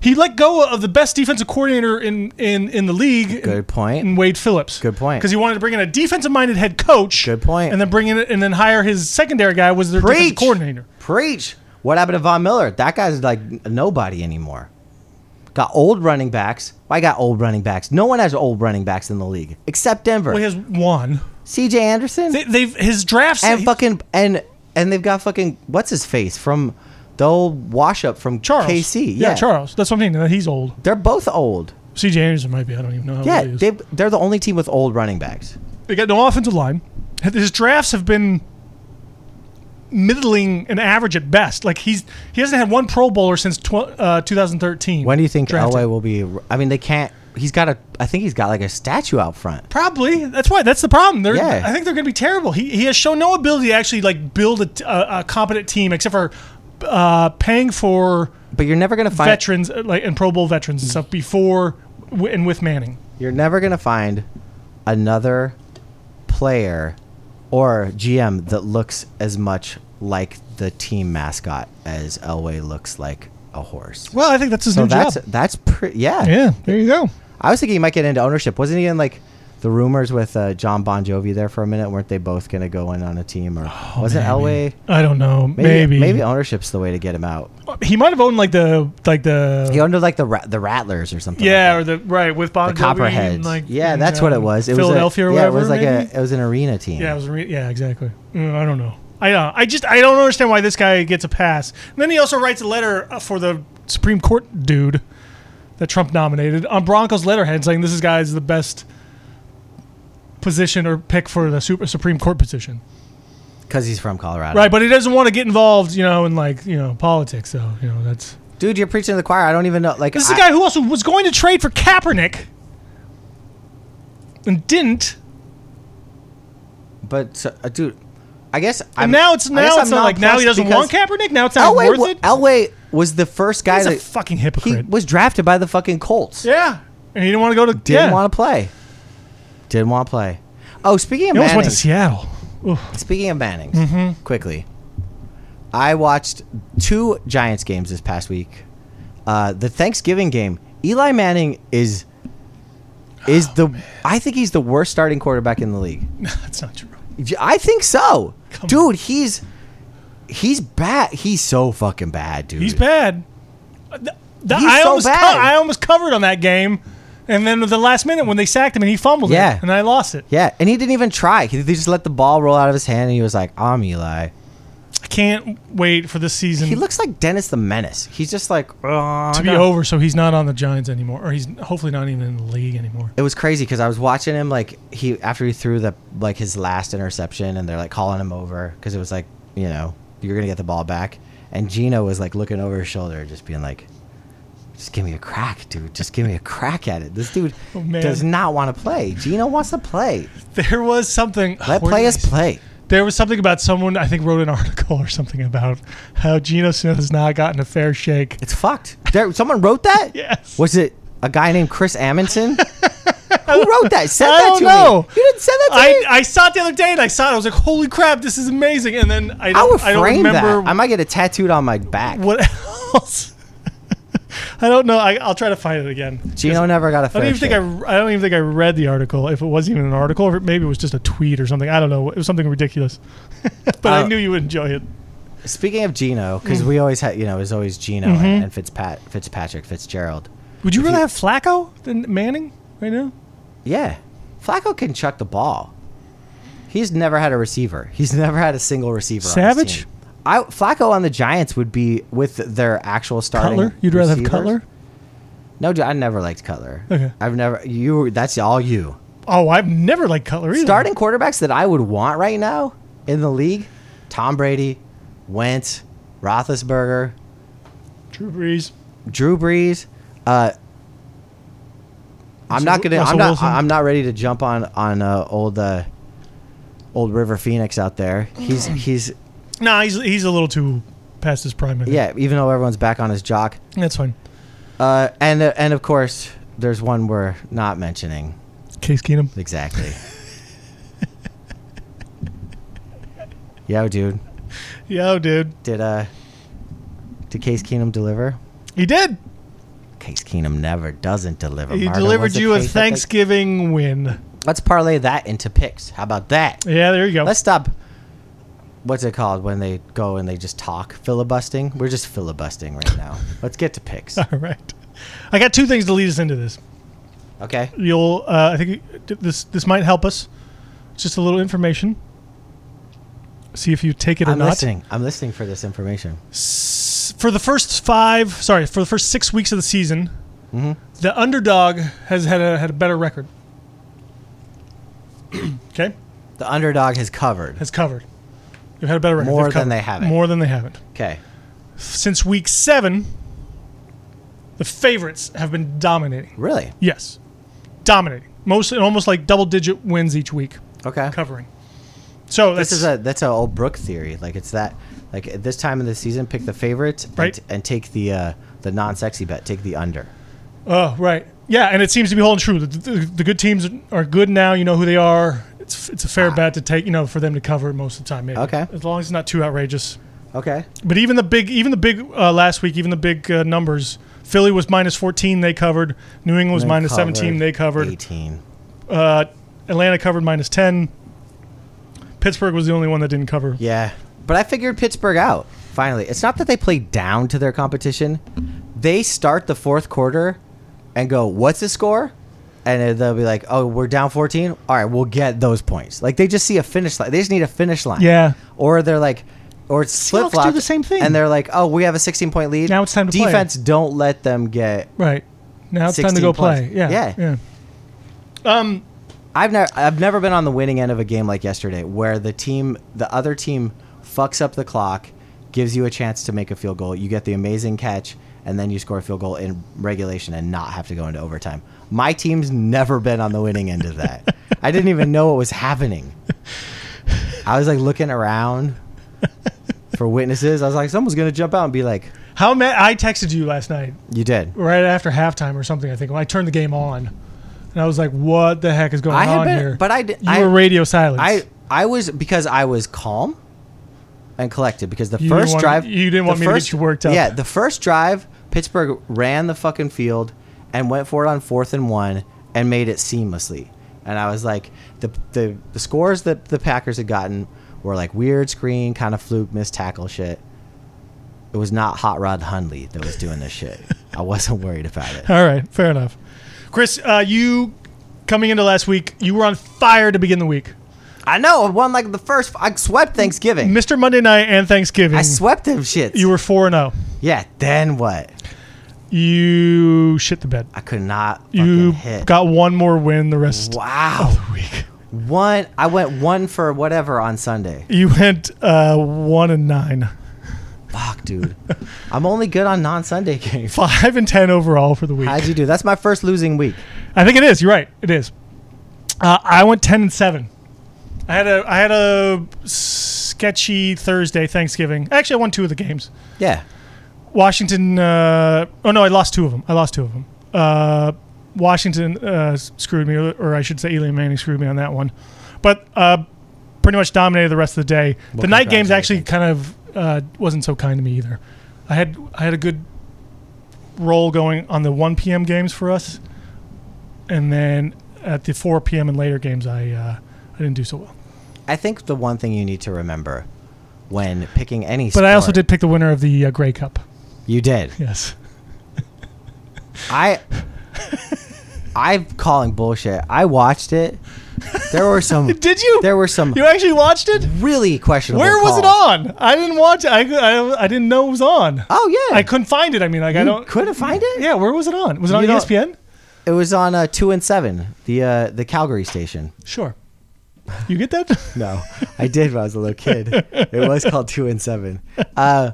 A: He let go of the best defensive coordinator in in, in the league.
B: Good point.
A: In Wade Phillips.
B: Good point.
A: Because he wanted to bring in a defensive-minded head coach.
B: Good point.
A: And then bring in and then hire his secondary guy was their defensive
B: Preach
A: coordinator.
B: Preach. What happened to Von Miller? That guy's like n- nobody anymore. Got old running backs. Why got old running backs? No one has old running backs in the league except Denver.
A: Well, he has one.
B: C.J. Anderson
A: They, they've his drafts
B: and fucking and and they've got fucking what's his face from the old wash up from
A: Charles.
B: KC. Yeah,
A: Charles. That's what I mean. Uh, He's old.
B: They're both old.
A: C.J. Anderson might be. I don't even know how
B: Yeah,
A: old he is.
B: they they're the only team with old running backs.
A: They got no offensive line. His drafts have been middling and average at best. Like he's he hasn't had one Pro Bowler since tw- uh, 2013.
B: When do you think
A: Drafted.
B: Elway will be? I mean, they can't. He's got a. I think he's got like a statue out front.
A: Probably. That's why. That's the problem. They're,
B: Yeah.
A: I think they're going to be terrible. He, he has shown no ability to actually like build a, t- a- a competent team, except for uh, paying for
B: But you're never gonna find.
A: veterans uh, like and Pro Bowl veterans and stuff before w- and with Manning.
B: You're never gonna find another player or GM that looks as much like the team mascot as Elway looks like a horse.
A: Well, I think that's his
B: So
A: new
B: that's
A: job.
B: that's pretty. Yeah.
A: Yeah. There you go.
B: I was thinking he might get into ownership. Wasn't he in like the rumors with uh, John Bon Jovi there for a minute? Weren't they both gonna go in on a team or
A: Oh,
B: wasn't Elway?
A: I don't know. Maybe.
B: maybe ownership's the way to get him out.
A: he might have owned like the like the
B: He owned like the ra- the Rattlers or something. like
A: Yeah,
B: that.
A: or the right with Bon
B: the
A: Jovi
B: Copperheads.
A: and, like,
B: yeah,
A: and,
B: that's what it
A: um,
B: was. It
A: Philadelphia
B: was
A: or
B: a, yeah,
A: whatever.
B: it was like
A: maybe?
B: a it was an arena team.
A: yeah, it was re- yeah, exactly. Mm, I don't know. I uh, I just I don't understand why this guy gets a pass. And then he also writes a letter uh, for the Supreme Court dude that Trump nominated on Broncos letterhead saying this is guy is the best position or pick for the super Supreme Court position.
B: because he's from Colorado.
A: Right, but he doesn't want to get involved, you know, in like you know politics. So you know that's
B: dude, you're preaching to the choir. I don't even know. Like,
A: This is
B: I-
A: a guy who also was going to trade for Kaepernick and didn't.
B: but so, uh, dude, I guess.
A: And
B: I'm,
A: now it's
B: I guess
A: now
B: I'm
A: it's not like now
B: nonplussed
A: he doesn't
B: because Oh,
A: want Kaepernick. Now it's not
B: Elway,
A: worth
B: wa-
A: it.
B: Elway was the first guy
A: He's a
B: that
A: fucking
B: he
A: hypocrite.
B: was drafted by the fucking Colts.
A: yeah, and he didn't want to go to.
B: Didn't
A: yeah.
B: want to play. Didn't want to play. Oh, speaking of
A: He almost
B: Manning,
A: went to Seattle. Oof.
B: speaking of Manning,
A: Mm-hmm.
B: quickly, I watched two Giants games this past week. Uh, the Thanksgiving game, Eli Manning is is
A: Oh,
B: the I think he's the worst starting quarterback in the league.
A: That's not true.
B: I think so,
A: Come
B: dude. He's he's bad. He's so fucking bad, dude.
A: He's bad. Uh, th- th-
B: He's
A: I
B: so
A: almost
B: bad.
A: co- I almost covered on that game, and then at the last minute when they sacked him and he fumbled
B: Yeah.
A: it, and I lost it.
B: Yeah, and he didn't even try. He, they just let the ball roll out of his hand, and he was like, "I'm Eli."
A: I can't wait for this season
B: He looks like Dennis the Menace. He's just like "Oh,
A: to
B: I
A: be
B: gotta
A: over, so he's not on the Giants anymore, or he's hopefully not even in the league anymore.
B: it was crazy because I was watching him like he after he threw the like his last interception and they're like calling him over because it was like you know you're gonna get the ball back and Gino was like looking over his shoulder just being like just give me a crack dude just give me a crack at it this dude
A: Oh, man.
B: does not want to play Gino wants to play
A: There was something.
B: let
A: Where
B: play
A: did
B: us
A: I see-
B: play
A: There was something about someone I think wrote an article or something about how Geno Smith has not gotten a fair shake.
B: it's fucked there someone wrote that
A: Yes.
B: was it a guy named Chris Amundsen who wrote that send
A: I
B: that
A: don't
B: to
A: know.
B: me you didn't send that to
A: I,
B: me
A: I saw it the other day and I saw it. I was like, "Holy crap, this is amazing!" And then I
B: I
A: don't,
B: would
A: I, don't
B: frame
A: remember
B: that I might get it tattooed on my back
A: what else. I don't know. I, I'll try to find it again.
B: Gino never got a
A: I
B: fair
A: don't even think
B: shake.
A: I. I don't even think I read the article. If it wasn't even an article, or if it- maybe it was just a tweet or something. I don't know. It was something ridiculous. but I
B: Uh,
A: knew you would enjoy it.
B: Speaking of Gino, because
A: Mm.
B: we always had, you know, it was always Gino
A: Mm-hmm.
B: and, and Fitzpat- Fitzpatrick, Fitzgerald.
A: Would you rather have Flacco than Manning right now?
B: Yeah. Flacco can chuck the ball. He's never had a receiver. He's never had a single receiver. on his
A: Savage?
B: team. I Flacco on the Giants would be with their actual starting.
A: Cutler? You'd rather have
B: receivers.
A: Cutler?
B: No, dude, I never liked Cutler.
A: Okay.
B: I've never you. That's all you.
A: Oh, I've never liked Cutler either.
B: Starting quarterbacks that I would want right now in the league: Tom Brady, Wentz, Roethlisberger,
A: Drew Brees.
B: Drew Brees. Uh, I'm not gonna.
A: Russell
B: I'm not.
A: Wilson?
B: I'm not ready to jump on on uh, old uh, old River Phoenix out there. He's he's
A: Nah, he's he's a little too past his prime. I think.
B: yeah. Even though everyone's back on his jock,
A: that's fine.
B: uh, and uh, and of course there's one we're not mentioning
A: Case Keenum.
B: exactly. Yo, dude,
A: Yo, oh, dude,
B: did uh, did Case Keenum deliver?
A: he did.
B: Case Keenum never doesn't deliver.
A: He
B: Marvin,
A: delivered
B: what's the
A: you a
B: case? Let's-
A: Thanksgiving win.
B: Let's parlay that into picks. How about that?
A: Yeah, there you go.
B: Let's stop. What's it called when they go and they just talk filibustering? We're just filibustering right now. Let's get to picks.
A: All right. I got two things to lead us into this.
B: Okay.
A: You'll, uh, I think you- this this might help us. It's just a little information. See if you take it or
B: I'm
A: not.
B: listening. I'm listening for this information.
A: S- For the first five, sorry, for the first six weeks of the season,
B: Mm-hmm.
A: the underdog has had a had a better record. okay,
B: The underdog has covered.
A: has covered. They've had a better record.
B: More
A: They've
B: than
A: covered.
B: they haven't.
A: More than they haven't.
B: Okay.
A: Since week seven, the favorites have been dominating.
B: Really?
A: Yes, dominating. Mostly, almost like double-digit wins each week,
B: Okay.
A: covering. So that's
B: This is a that's an old Brook theory. Like it's that. Like at this time of the season, pick the favorites and-
A: Right.
B: and, take the uh, the non-sexy bet. Take the under.
A: oh right, yeah, and it seems to be holding true. The, the, the good teams are good now. You know who they are. It's it's a fair bet to take. You know for them to cover most of the time. Maybe.
B: Ah. Okay.
A: as long as it's not too outrageous.
B: Okay.
A: But even the big, even the big uh, last week, even the big uh, numbers. Philly was minus 14. They covered. New England was minus 17. They covered.
B: Eighteen.
A: Uh, Atlanta covered minus 10. Pittsburgh was the only one that didn't cover.
B: Yeah, but I figured Pittsburgh out. Finally, it's not that they play down to their competition. They start the fourth quarter and go, "What's the score?" And they'll be like, "Oh, we're down 14. All right, we'll get those points." Like they just see a finish line. They just need a finish line.
A: Yeah.
B: Or they're like, or it's flip
A: Seahawks do
B: flop.
A: the same thing.
B: And they're like, "Oh, we have a 16 point lead.
A: Now it's time to play.
B: defense. Don't let them get."
A: Right. Now it's time to
B: 16
A: go
B: plus.
A: play. Yeah.
B: Yeah. I've never I've never been on the winning end of a game like yesterday where the team the other team fucks up the clock, gives you a chance to make a field goal, you get the amazing catch, and then you score a field goal in regulation and not have to go into overtime. My team's never been on the winning end of that. I didn't even know what was happening. I was like looking around for witnesses. I was like, someone's gonna jump out and be like,
A: How mad I texted you last night
B: You did.
A: right after halftime or something. I think when I turned the game on, and I was like, "What the heck is going
B: I had
A: on
B: been-
A: here?"
B: but I did-
A: You
B: I-
A: were radio silence.
B: I I was because I was calm and collected because the
A: You didn't
B: first
A: want-
B: drive
A: you didn't
B: the
A: want me to get you worked up.
B: Yeah, the first drive, Pittsburgh ran the fucking field and went for it on fourth and one and made it seamlessly. And I was like, the the, the scores that the Packers had gotten were like weird screen, kind of fluke, missed tackle shit. It was not Hot Rod Hunley that was doing this shit. I wasn't worried about it.
A: All right, fair enough. Chris, uh, you coming into last week, you were on fire to begin the week.
B: I know. I won like the first. I swept Thanksgiving.
A: Mr. Monday Night and Thanksgiving.
B: I swept them shits.
A: You were four and oh. zero.
B: Yeah, then what?
A: You shit the bed.
B: I could not fucking
A: You
B: hit.
A: got one more win. The rest
B: wow.
A: week.
B: One I went one for whatever on Sunday.
A: You went uh, one and nine,
B: Fuck, dude. I'm only good on non Sunday games.
A: five and ten overall for the week.
B: How'd you do? That's my first losing week.
A: I think it is. You're right. It is. Uh, I went ten and seven. I had a I had a sketchy Thursday Thanksgiving. Actually, I won two of the games.
B: Yeah.
A: Washington. Uh, oh no, I lost two of them. I lost two of them. Uh, Washington uh, screwed me, or I should say, Eli Manning screwed me on that one. But uh, pretty much dominated the rest of the day. the night games actually kind of uh, wasn't so kind to me either. I had I had a good roll going on the 1 p.m. games for us, and then at the 4 p.m. and later games, I uh, I didn't do so well.
B: I think the one thing you need to remember when picking any
A: But I also
B: sport-
A: did pick the winner of the uh, Grey Cup.
B: You did.
A: Yes.
B: I I'm calling bullshit. I watched it There were some.
A: Did you?
B: There were some
A: You actually watched it?
B: really questionable.
A: Where was it
B: calls.
A: on? I didn't watch it. I, I, I didn't know it was on.
B: Oh yeah,
A: I couldn't find it. I mean, like I
B: You
A: don't.
B: couldn't find it.
A: Yeah, where was it on? Was it on E
B: You don't-
A: ESPN?
B: It was on uh, two and seven, the uh, the Calgary station.
A: Sure. You get that?
B: No, I did when I was a little kid. It was called Two and Seven. Uh,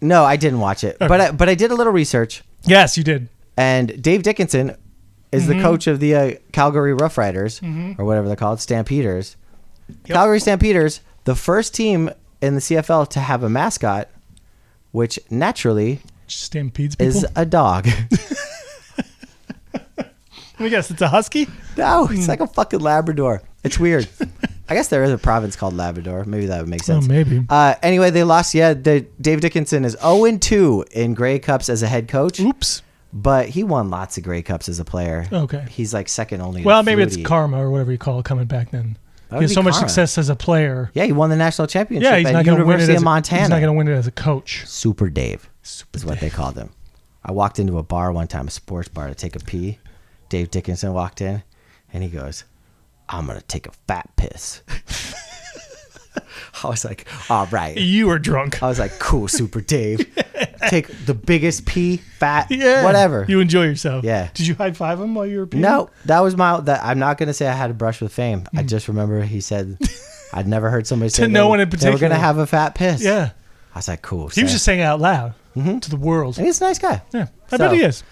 B: no, I didn't watch it, but I, but I did a little research,
A: yes, you did.
B: and Dave Dickinson is the coach of the uh, Calgary Rough Riders or whatever they're called, Stampeders. Calgary Stampeders, the first team in the CFL to have a mascot, which naturally
A: Stampedes people.
B: is a dog.
A: Let me guess. It's a husky.
B: no,
A: Hmm.
B: it's like a fucking Labrador. It's weird. I guess there is a province called Labrador. Maybe that would make sense.
A: maybe.
B: Uh, anyway, they lost. Yeah, they, Dave Dickinson is 0 and 2 in Grey Cups as a head coach,
A: Oops.
B: but he won lots of Grey Cups as a player.
A: Okay.
B: He's like second only. to
A: Well, maybe it's
B: Flutie.
A: karma or whatever you call it coming back then. He
B: That would
A: has
B: be
A: so much
B: karma.
A: success as a player.
B: Yeah, he won the national championship
A: Yeah, he's
B: at
A: not going to win it.
B: University
A: As
B: of
A: a,
B: Montana.
A: He's not going to win it as a coach.
B: Super Dave
A: Super
B: is what they called him. I walked into a bar one time, a sports bar, to take a pee. Dave Dickinson walked in, and he goes, "I'm gonna take a fat piss." I was like, "All right."
A: You are drunk.
B: I was like, "Cool, Super Dave, take the biggest pee, fat,
A: yeah.
B: whatever."
A: You enjoy yourself.
B: Yeah.
A: Did you high five him while you were peeing?
B: no, that was my. That I'm not gonna say I had a brush with fame. I just remember he said. I'd never heard somebody say
A: Hmm. no
B: they-
A: one in
B: They were
A: particular.
B: gonna have a fat piss.
A: Yeah.
B: I was like, cool.
A: He was
B: so-
A: just saying it out loud to the world.
B: And he's a nice guy.
A: Yeah. I
B: Mm-hmm. So-
A: bet he is.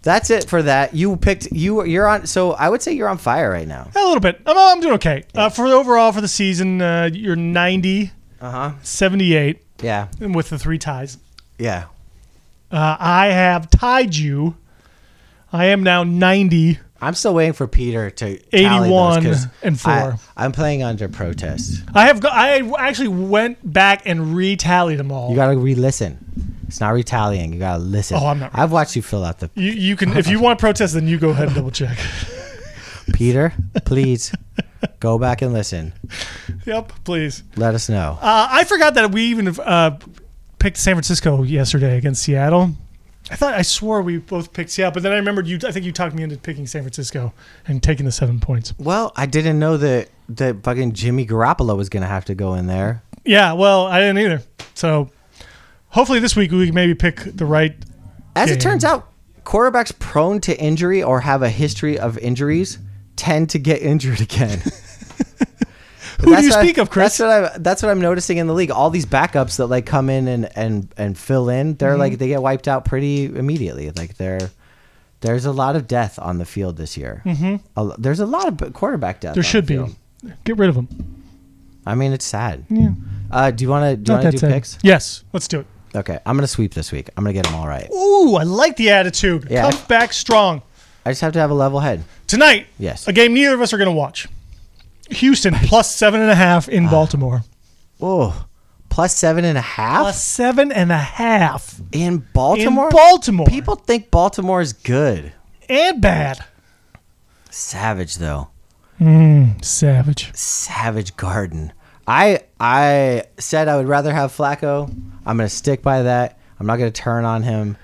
B: That's it for that. You picked you. You're on. So I would say you're on fire right now.
A: A little bit. I'm, I'm doing okay. Uh, for the overall for the season, uh, you're 90,
B: Uh huh.
A: 78,
B: Yeah.
A: and with the three ties.
B: Yeah.
A: Uh, I have tied you. I am now 90.
B: I'm still waiting for Peter to tally those
A: 81
B: 'cause
A: and
B: I,
A: four.
B: I'm playing under protest.
A: I have. Go- I actually went back and retallied them all.
B: You gotta re-listen. It's not retaliating. You gotta listen.
A: Oh, I'm not-
B: I've watched you fill out the
A: You, you can if you want to protest, then you go ahead and double check.
B: Peter. Please go back and listen.
A: yep, please.
B: Let us know.
A: Uh, I forgot that we even uh, picked San Francisco yesterday against Seattle. I thought I swore we both picked Seattle, but then I remembered you. I think you talked me into picking San Francisco and taking the seven points.
B: Well, I didn't know that that fucking Jimmy Garoppolo was gonna have to go in there.
A: Yeah, well, I didn't either. So hopefully this week we can maybe pick the right.
B: As
A: game.
B: it turns out, quarterbacks prone to injury or have a history of injuries tend to get injured again.
A: Who do you speak of, Chris?
B: That's what, I, that's what I'm noticing in the league. All these backups that like come in and and and fill in, they're
A: Mm-hmm.
B: like they get wiped out pretty immediately. Like they're there's a lot of death on the field this year. Mm-hmm. there's a lot of quarterback death.
A: There
B: on
A: should be.
B: the field.
A: Get rid of them.
B: I mean, it's sad.
A: Yeah.
B: Uh, do you want to do, you wanna do picks?
A: Yes, let's do it.
B: Okay, I'm gonna sweep this week. I'm gonna get them all right.
A: Ooh, I like the attitude.
B: Yeah.
A: Comes back strong.
B: I just have to have a level head.
A: Tonight,
B: Yes.
A: a game neither of us are going to watch. Houston plus seven and a half
B: Ah.
A: in Baltimore.
B: Oh, plus seven and a half.
A: Plus seven and a half
B: In Baltimore?
A: in Baltimore.
B: People think Baltimore is good.
A: and bad.
B: Savage though.
A: Savage.
B: Savage Garden. I I said I would rather have Flacco. I'm gonna stick by that. I'm not gonna turn on him.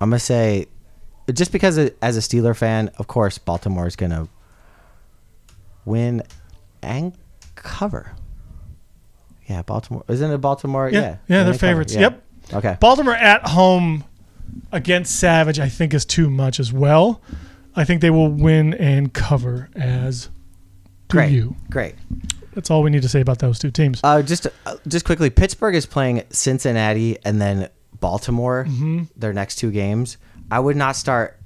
B: I'm gonna say, just because it, as a Steeler fan, of course Baltimore is gonna win and cover. Yeah, Baltimore isn't it Baltimore?
A: Yeah.
B: Yeah,
A: Yeah,
B: yeah,
A: they're
B: they cover.
A: favorites. Yep.
B: Okay.
A: Baltimore at home against Savage, I think, is too much as well. I think they will win and cover as do
B: Great.
A: you.
B: Great.
A: That's all we need to say about those two teams.
B: Uh, just uh, just quickly, Pittsburgh is playing Cincinnati and then Baltimore.
A: Mm-hmm.
B: Their next two games, I would not start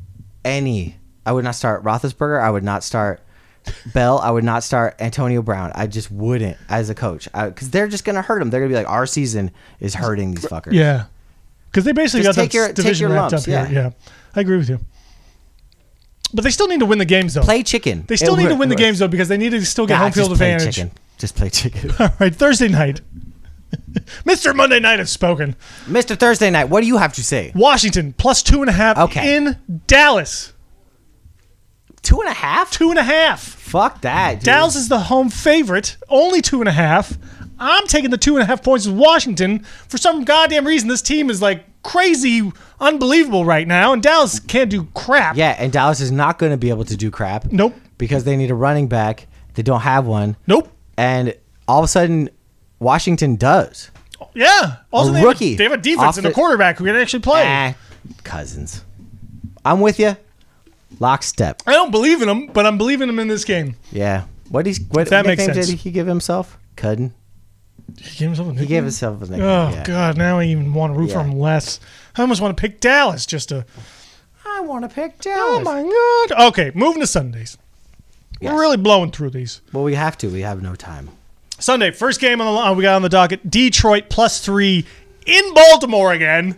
B: any. I would not start Roethlisberger. I would not start Bell. I would not start Antonio Brown. I just wouldn't as a coach because they're just gonna hurt them. They're gonna be like, our season is hurting these fuckers.
A: yeah. Because they basically
B: Just
A: got
B: take
A: that
B: your-
A: s-
B: take
A: division
B: your
A: wrapped
B: lumps,
A: up here.
B: yeah.
A: Yeah. I agree with you. But they still need to win the games, though.
B: Play chicken.
A: They still
B: It
A: need to
B: wor-
A: win the
B: it
A: games though because they need to still
B: wor-
A: get
B: Nah,
A: home field
B: just play
A: advantage.
B: chicken. Just play chicken.
A: All right, Thursday night. Mr. Monday Night has spoken.
B: Mr. Thursday night, what do you have to say?
A: Washington plus two and a half
B: Okay.
A: in Dallas.
B: Two and a half?
A: Two and a half.
B: Fuck that. dude.
A: Dallas is the home favorite, only two and a half. I'm taking the two and a half points with Washington. For some goddamn reason, this team is like crazy unbelievable right now, and Dallas can't do crap.
B: Yeah, and Dallas is not going to be able to do crap.
A: Nope.
B: because they need a running back. They don't have one,
A: Nope.
B: and all of a sudden, Washington does.
A: Yeah. Also,
B: A
A: they, Have
B: rookie
A: a, they have a
B: off
A: defense and a
B: the-
A: quarterback who can actually play.
B: Eh, cousins, I'm with you. Lockstep.
A: I don't believe in him, but I'm believing him in this game.
B: Yeah. What he's what
A: that makes
B: nickname did
A: sense.
B: he give himself? Cudden.
A: He gave himself a
B: He gave himself a nickname.
A: Oh
B: yeah.
A: God! Now I even want to root for
B: Yeah.
A: him less. I almost want to pick Dallas just to.
B: I want to pick
A: Oh
B: Dallas.
A: my God! Okay, moving to Sundays.
B: Yes.
A: We're really blowing through these.
B: Well, we have to. We have no time.
A: Sunday, first game on the line we got on the docket. Detroit plus three in Baltimore again.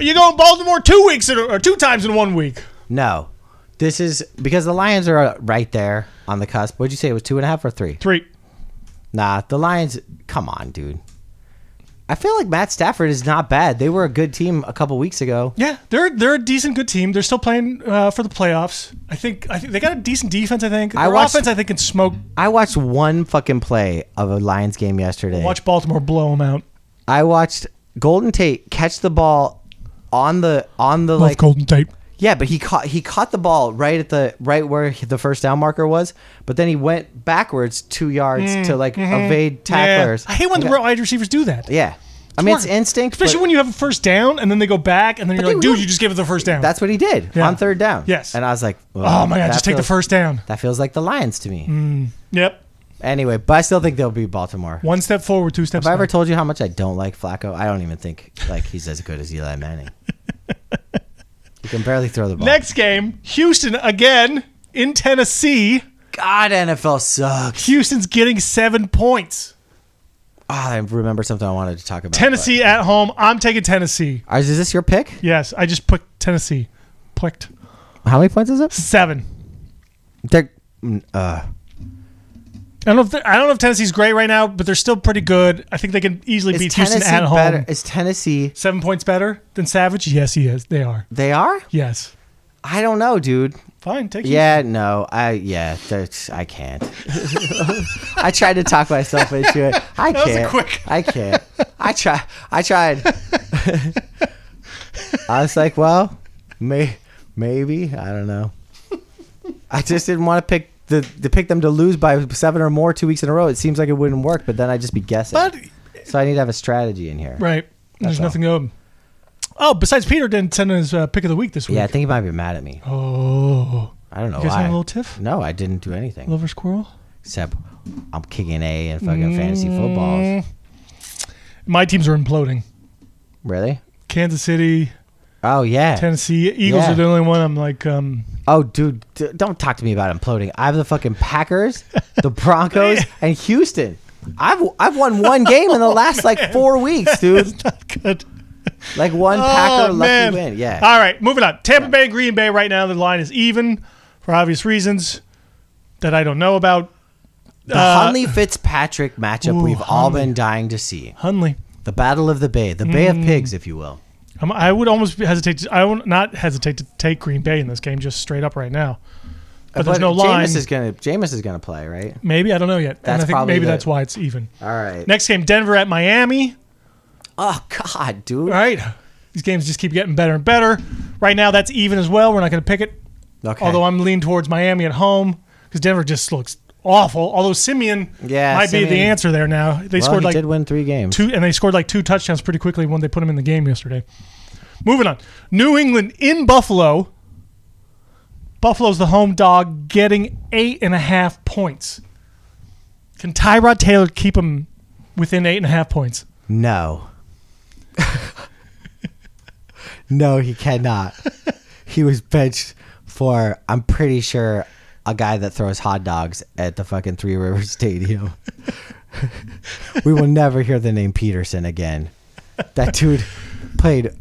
A: You go in Baltimore two weeks in, a- or two times in one week.
B: No, this is because the Lions are right there on the cusp. What'd you say? It was two and a half or three?
A: Three.
B: Nah, the Lions. Come on, dude. I feel like Matt Stafford is not bad. They were a good team a couple weeks ago.
A: Yeah, they're they're a decent good team. They're still playing uh, for the playoffs. I think I think they got a decent defense. I think their
B: I watched-
A: offense I think can smoke.
B: I watched one fucking play of a Lions game yesterday.
A: Watch Baltimore blow them out.
B: I watched Golden Tate catch the ball on the on the
A: Love
B: like
A: Golden Tate.
B: Yeah, but he caught he caught the ball right at the right where he- the first down marker was, but then he went backwards two yards to like evade tacklers.
A: Mm-hmm. Yeah. I hate when the
B: Okay.
A: wide receivers do that.
B: yeah. I mean, it's
A: Smart.
B: instinct,
A: Especially
B: but
A: when you have a first down and then they go back and then you're
B: they
A: like, dude,
B: will-
A: you just gave us the first down.
B: that's what he did
A: Yeah.
B: on third down.
A: Yes.
B: and I was like,
A: oh
B: well,
A: my god,
B: that
A: just take the
B: feels-
A: first down.
B: That feels like the Lions to me.
A: Mm. Yep.
B: Anyway, but I still think they'll be Baltimore.
A: One step forward, two steps
B: Have I ever
A: back.
B: told you how much I don't like Flacco? I don't even think like he's as good as Eli Manning. he can barely throw the ball.
A: Next game, Houston again in Tennessee.
B: God, NFL sucks.
A: Houston's getting seven points.
B: Ah, I remember something I wanted to talk about. but-
A: Tennessee at home. I'm taking Tennessee.
B: Ah, Is this your pick?
A: Yes, I just picked Tennessee. Picked
B: How many points is it?
A: seven.
B: They're, mm, uh,
A: I don't know. If they're- I don't know if Tennessee's great right now, but they're still pretty good. I think they can easily
B: is
A: beat
B: Tennessee
A: Houston at home.
B: better? Is Tennessee?
A: Seven points better than Savage? Yes, he is. They are.
B: They are?
A: Yes.
B: I don't know, dude.
A: Fine. Take Houston.
B: Yeah, no, I yeah, that's- I can't. I tried to talk myself into it. I
A: That was
B: can't.
A: a quick-
B: I can't. I try. I tried. I was like, well, may maybe I don't know. I just didn't want to pick the to pick them to lose by seven or more two weeks in a row. It seems like it wouldn't work, but then I'd just be guessing.
A: But
B: so I need to have a strategy in here.
A: Right. There's
B: all.
A: nothing good. Oh, besides Peter didn't send his uh, pick of the week this week.
B: Yeah, I think he might be mad at me.
A: oh.
B: I don't know
A: You guys
B: why.
A: had a little tiff?
B: No, I didn't do anything
A: Lover's quarrel.
B: except I'm kicking a and fucking fantasy footballs.
A: My teams are imploding.
B: Really?
A: Kansas City,
B: Oh yeah.
A: Tennessee Eagles
B: Yeah.
A: are the only one I'm like. Um,
B: oh dude, d- don't talk to me about imploding. I have the fucking Packers, the Broncos, and Houston. I've I've won one game in the last like four weeks, dude.
A: not good.
B: Like
A: Oh,
B: one Packer lucky win. Yeah.
A: All right, moving on. Tampa Bay, Green Bay. Right now, the line is even for obvious reasons that I don't know about.
B: the Hunley Fitzpatrick matchup
A: Ooh,
B: we've all
A: Hunley. Mm.
B: been dying to see.
A: Uh, Hunley.
B: The Battle of the Bay, the Bay of Pigs, if you will.
A: I'm, I would almost hesitate. To, I would not hesitate to take Green Bay in this game, just straight up right now. But, there's no line.
B: Jameis is gonna Jameis is gonna play, right?
A: maybe I don't know yet. and
B: That's
A: I think
B: probably
A: maybe
B: the-
A: that's why it's even.
B: All right.
A: Next game, Denver at Miami.
B: Oh God, dude.
A: All right, these games just keep getting better and better. Right now, that's even as well. We're not going to pick it.
B: Okay.
A: Although I'm leaning towards Miami at home because Denver just looks awful. Although Simeon
B: Yeah,
A: might be the
B: Simeon-
A: answer there now. They
B: well,
A: scored
B: he
A: like
B: did win three games.
A: two, and they scored like two touchdowns pretty quickly when they put him in the game yesterday. Moving on, New England in Buffalo. Buffalo's the home dog, getting eight and a half points. Can Tyrod Taylor keep him within eight and a half points?
B: No. no, he cannot. He was benched for, I'm pretty sure, a guy that throws hot dogs at the fucking Three Rivers Stadium. we will never hear the name Peterson again. That dude played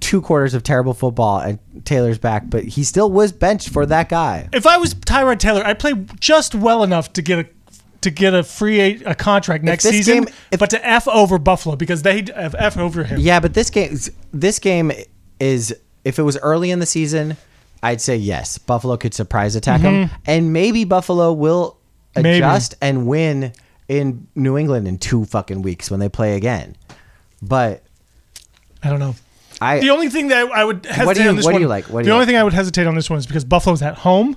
B: two quarters of terrible football and Taylor's back, but he still was benched for that guy.
A: if I was Tyrod Taylor, I'd play just well enough to get a to get a free a, a contract next
B: this
A: season,
B: game- if-
A: but to f over Buffalo because they have f over him.
B: Yeah, but this game this game is if it was early in the season, I'd say yes, Buffalo could surprise attack them and maybe Buffalo will
A: Mm-hmm. Maybe.
B: adjust and win in New England in two fucking weeks when they play again. But
A: I don't know.
B: I
A: The only thing that I would hesitate
B: do you-
A: on this
B: what do
A: one,
B: you like? What do
A: the
B: you
A: only
B: like?
A: thing I would hesitate on this one is because Buffalo's at home,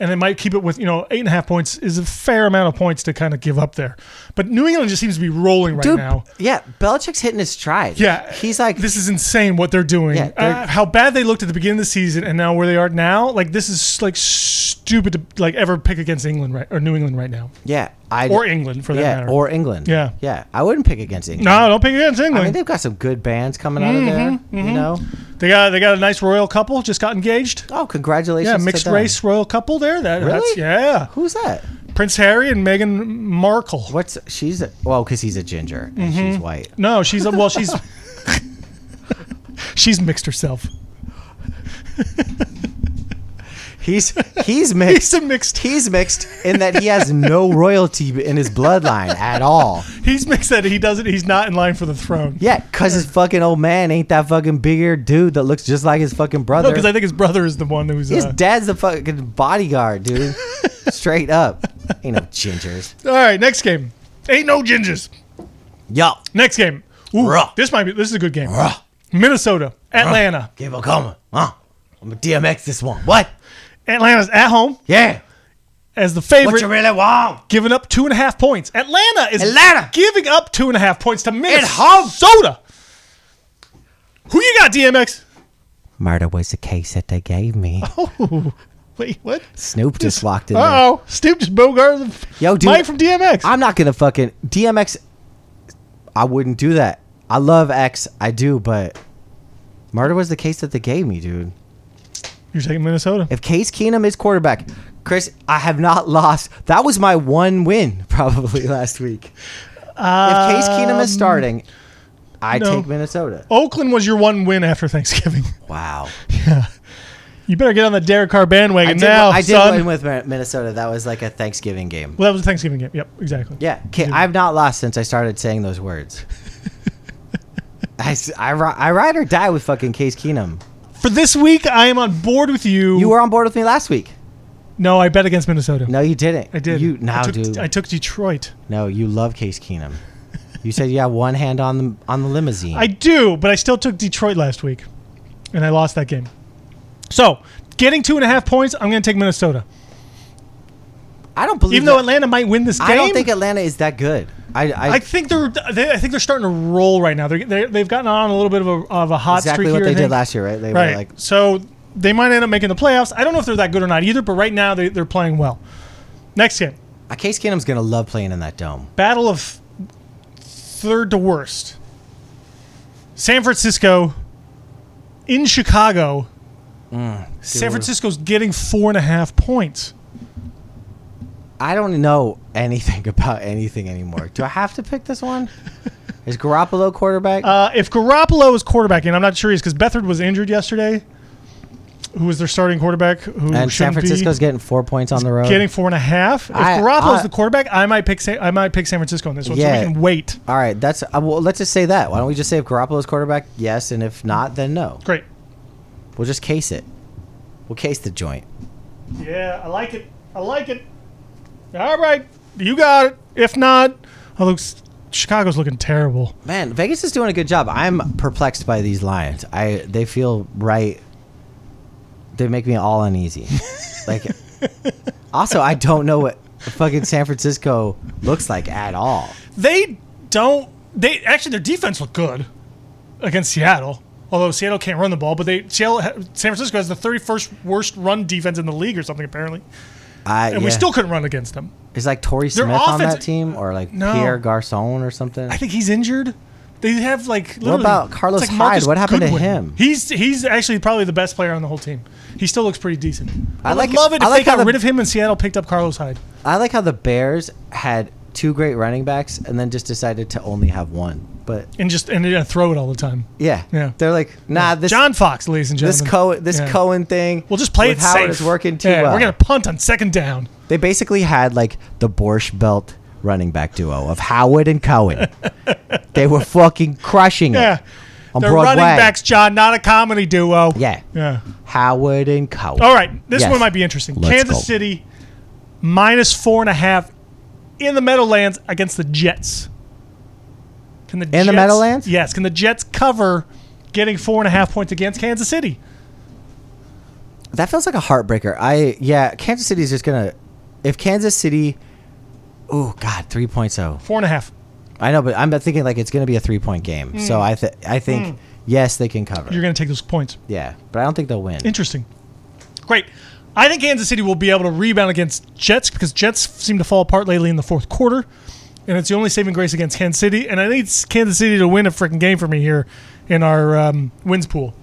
A: and it might keep it with you know eight and a half points is a fair amount of points to kind of give up there. But New England just seems to be rolling right
B: Dude,
A: now.
B: yeah, Belichick's hitting his stride.
A: Yeah,
B: he's like
A: this is insane what they're doing.
B: Yeah, they're-
A: Uh, how bad they looked at the beginning of the season and now where they are now. Like this is like stupid to like ever pick against England right or New England right now
B: Yeah, I
A: or England for that
B: yeah,
A: matter.
B: or England.
A: Yeah.
B: yeah. I wouldn't pick against England.
A: no, don't pick against England.
B: I mean they've got some good bands coming out of there. You know,
A: They got they got a nice royal couple just got engaged.
B: oh congratulations.
A: Yeah,
B: to
A: mixed
B: them.
A: race royal couple there. That
B: Really?
A: that's yeah.
B: Who's that?
A: Prince Harry and Meghan Markle.
B: What's she's a, well because he's a ginger and
A: Mm-hmm.
B: she's white.
A: No, she's well, she's she's mixed herself.
B: He's he's
A: He's
B: mixed.
A: a mixed.
B: He's mixed in that he has no royalty in his bloodline at all.
A: He's mixed that he doesn't. He's not in line for the throne.
B: Yeah, cause his fucking old man ain't that fucking big eared dude that looks just like his fucking brother.
A: No, because I think his brother is the one who's.
B: his
A: uh,
B: dad's the fucking bodyguard, dude. Straight up, ain't no gingers.
A: All right, next game. Ain't no gingers.
B: Yo,
A: Next game. Ooh,
B: Ruh.
A: this might be. This is a good game.
B: Ruh.
A: Minnesota, Atlanta.
B: Give a coming. Huh? I'm a DMX this one. What?
A: Atlanta's at home
B: Yeah.
A: as the favorite,
B: really want?
A: giving up two and a half points. Atlanta is
B: Atlanta.
A: giving up two and a half points to
B: home.
A: Minnesota. Who you got, DMX?
B: Murder was the case that they gave me.
A: Oh, Wait, what?
B: Snoop just walked in there.
A: Uh oh, Snoop just bogarted the
B: Yo, dude.
A: Mike from DMX.
B: I'm not gonna fucking DMX. I wouldn't do that. I love X. I do, but murder was the case that they gave me, dude.
A: You're taking Minnesota.
B: If Case Keenum is quarterback, Chris, I have not lost. That was my one win probably last week.
A: Uh,
B: if Case Keenum is starting, I
A: Um, no.
B: take Minnesota.
A: Oakland was your one win after Thanksgiving.
B: Wow.
A: You better get on the Derek Carr
B: I
A: bandwagon
B: did,
A: now,
B: I did
A: son.
B: win with Min- Minnesota. That was like a Thanksgiving game.
A: Well, that was a Thanksgiving game. Yep, exactly.
B: Yeah, K- I've not lost since I started saying those words. I, s- I, ri- I ride or die with fucking Case Keenum.
A: For this week, I am on board with you.
B: You were on board with me last week.
A: No, I bet against Minnesota.
B: No, you didn't.
A: I did.
B: You now
A: I took,
B: do.
A: I took Detroit.
B: no, you love Case Keenum. You said you had one hand on the on the limousine.
A: I do, but I still took Detroit last week, and I lost that game. So, getting two and a half points, I'm going to take Minnesota.
B: I don't believe.
A: Even though
B: that-
A: Atlanta might win this game,
B: I don't think Atlanta is that good. I, I,
A: I think they're they, I think they're starting to roll right now. They're, they're they've gotten on a little bit of a of a hot
B: exactly
A: streak
B: what
A: here. I
B: they did
A: think.
B: last year, right? They
A: Right.
B: were like,
A: so they might end up making the playoffs. I don't know if they're that good or not either, but right now they, they're playing well. Next game,
B: "Ah, Case Keenum's gonna love playing in that dome.
A: battle of third to worst. San Francisco in Chicago. San
B: Mm, dude.
A: Francisco's getting four and a half points.
B: I don't know anything about anything anymore. Do I have to pick this one? Is Garoppolo quarterback?
A: Uh, if Garoppolo is quarterbacking, I'm not sure he is because Bethard was injured yesterday. Who was their starting quarterback? Who
B: and San
A: shouldn't be.
B: Francisco's getting four points on the road.
A: getting four and a half. If
B: I-
A: Garoppolo's
B: I-
A: the quarterback, I might pick. Sa- I might pick San Francisco on this one, so
B: Yeah.
A: we can wait.
B: All right, that's uh, well. Let's just say that. Why don't we just say if Garoppolo's quarterback, yes, and if not, then no.
A: Great.
B: We'll just case it. We'll case the joint.
A: Yeah, I like it. I like it. All right, you got it. If not, although s- Chicago's looking terrible.
B: Man, Vegas is doing a good job. I'm perplexed by these Lions. I they feel right. They make me all uneasy. like, also, I don't know what fucking San Francisco looks like at all.
A: They don't. They actually their defense looked good against Seattle. Although Seattle can't run the ball, but they Seattle, ha- San Francisco has the 31st worst run defense in the league or something apparently,
B: I,
A: and we still couldn't run against them.
B: is like Torrey
A: Their
B: Smith on
A: offense-
B: that team or like
A: No.
B: Pierre Garcon or something.
A: I think he's injured. They have like literally-
B: about
A: it's
B: Carlos
A: like Marcus
B: Hyde? What happened to
A: Goodwin.
B: him?
A: He's he's actually probably the best player on the whole team. He still looks pretty decent. I,
B: I
A: would
B: like-
A: love it
B: I
A: if they
B: like how
A: got
B: the-
A: rid of him and Seattle picked up Carlos Hyde.
B: I like how the Bears had two great running backs and then just decided to only have one. But
A: and just and uh, throw it all the time.
B: yeah,
A: Yeah.
B: they're like, nah, this
A: John Fox, ladies and
B: this
A: gentlemen.
B: Cohen this
A: Yeah.
B: Cohen thing.
A: We'll just play
B: with
A: it
B: Howard
A: safe.
B: is working too
A: yeah,
B: well.
A: We're gonna punt on second down.
B: They basically had like the Borscht Belt running back duo of Howard and Cohen. they were fucking crushing
A: Yeah,
B: it on
A: they're
B: Broadway.
A: running backs, John, not a comedy duo.
B: Yeah,
A: yeah.
B: Howard and Cohen.
A: All right, this
B: Yes.
A: one might be interesting.
B: Let's
A: Kansas
B: go.
A: City minus four and a half in the Meadowlands against the Jets. Can the in Jets,
B: the Meadowlands?
A: Yes. Can the Jets cover getting four and a half points against Kansas City?
B: That feels like a heartbreaker. I yeah, Kansas City is just gonna. If Kansas City, oh god, 3.0.
A: Four and a half.
B: I know, but I'm thinking like it's gonna be a three point game. So I th- I think yes, they can cover.
A: Hmm. You're going to take those points.
B: yeah, but I don't think they'll win.
A: Interesting. Great. I think Kansas City will be able to rebound against Jets because Jets seem to fall apart lately in the fourth quarter, and it's the only saving grace against Kansas City. And I need s- Kansas City to win a freaking game for me here in our um, wins pool.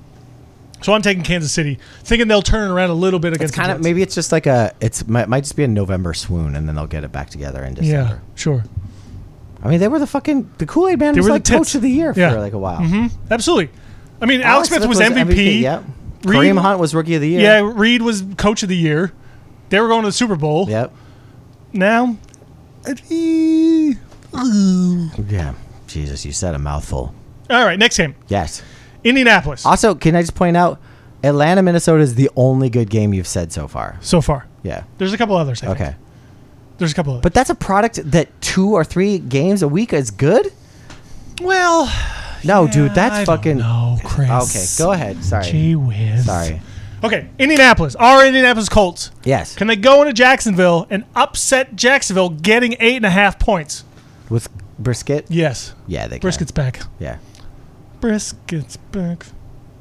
A: So I'm taking Kansas City, thinking they'll turn it around a little bit
B: It's
A: against. the
B: kind of
A: Jets.
B: maybe it's just like a it's might, might just be a November swoon, and then they'll get it back together in
A: Yeah,
B: December.
A: sure,
B: I mean, they were the fucking the Kool Aid Man was
A: were the
B: like
A: tits.
B: coach of the year
A: Yeah.
B: for like a while.
A: Hmm? absolutely. I mean, Alex, Smith, was, MVP.
B: Yep.
A: Reed-
B: Kareem Hunt was rookie of the year.
A: Yeah, Reed was coach of the year. They were going to the Super Bowl.
B: Yep.
A: Now, eh,
B: Yeah. Jesus, you said a mouthful.
A: all right, next game,
B: Yes.
A: Indianapolis.
B: Also, can I just point out, Atlanta, Minnesota is the only good game you've said so far.
A: So far,
B: Yeah.
A: there's a couple others. I think.
B: Okay.
A: There's a couple others.
B: But that's a product that two or three games a week is good.
A: Well,
B: No, dude, that's fucking.
A: No, Chris.
B: Okay, go ahead. Sorry.
A: Gee whiz.
B: Sorry.
A: Okay, Indianapolis. Our Indianapolis Colts.
B: Yes.
A: Can they go into Jacksonville and upset Jacksonville, getting eight and a half points?
B: With brisket.
A: Yes.
B: Yeah, they can.
A: Brisket's back.
B: Yeah.
A: Brisket's back.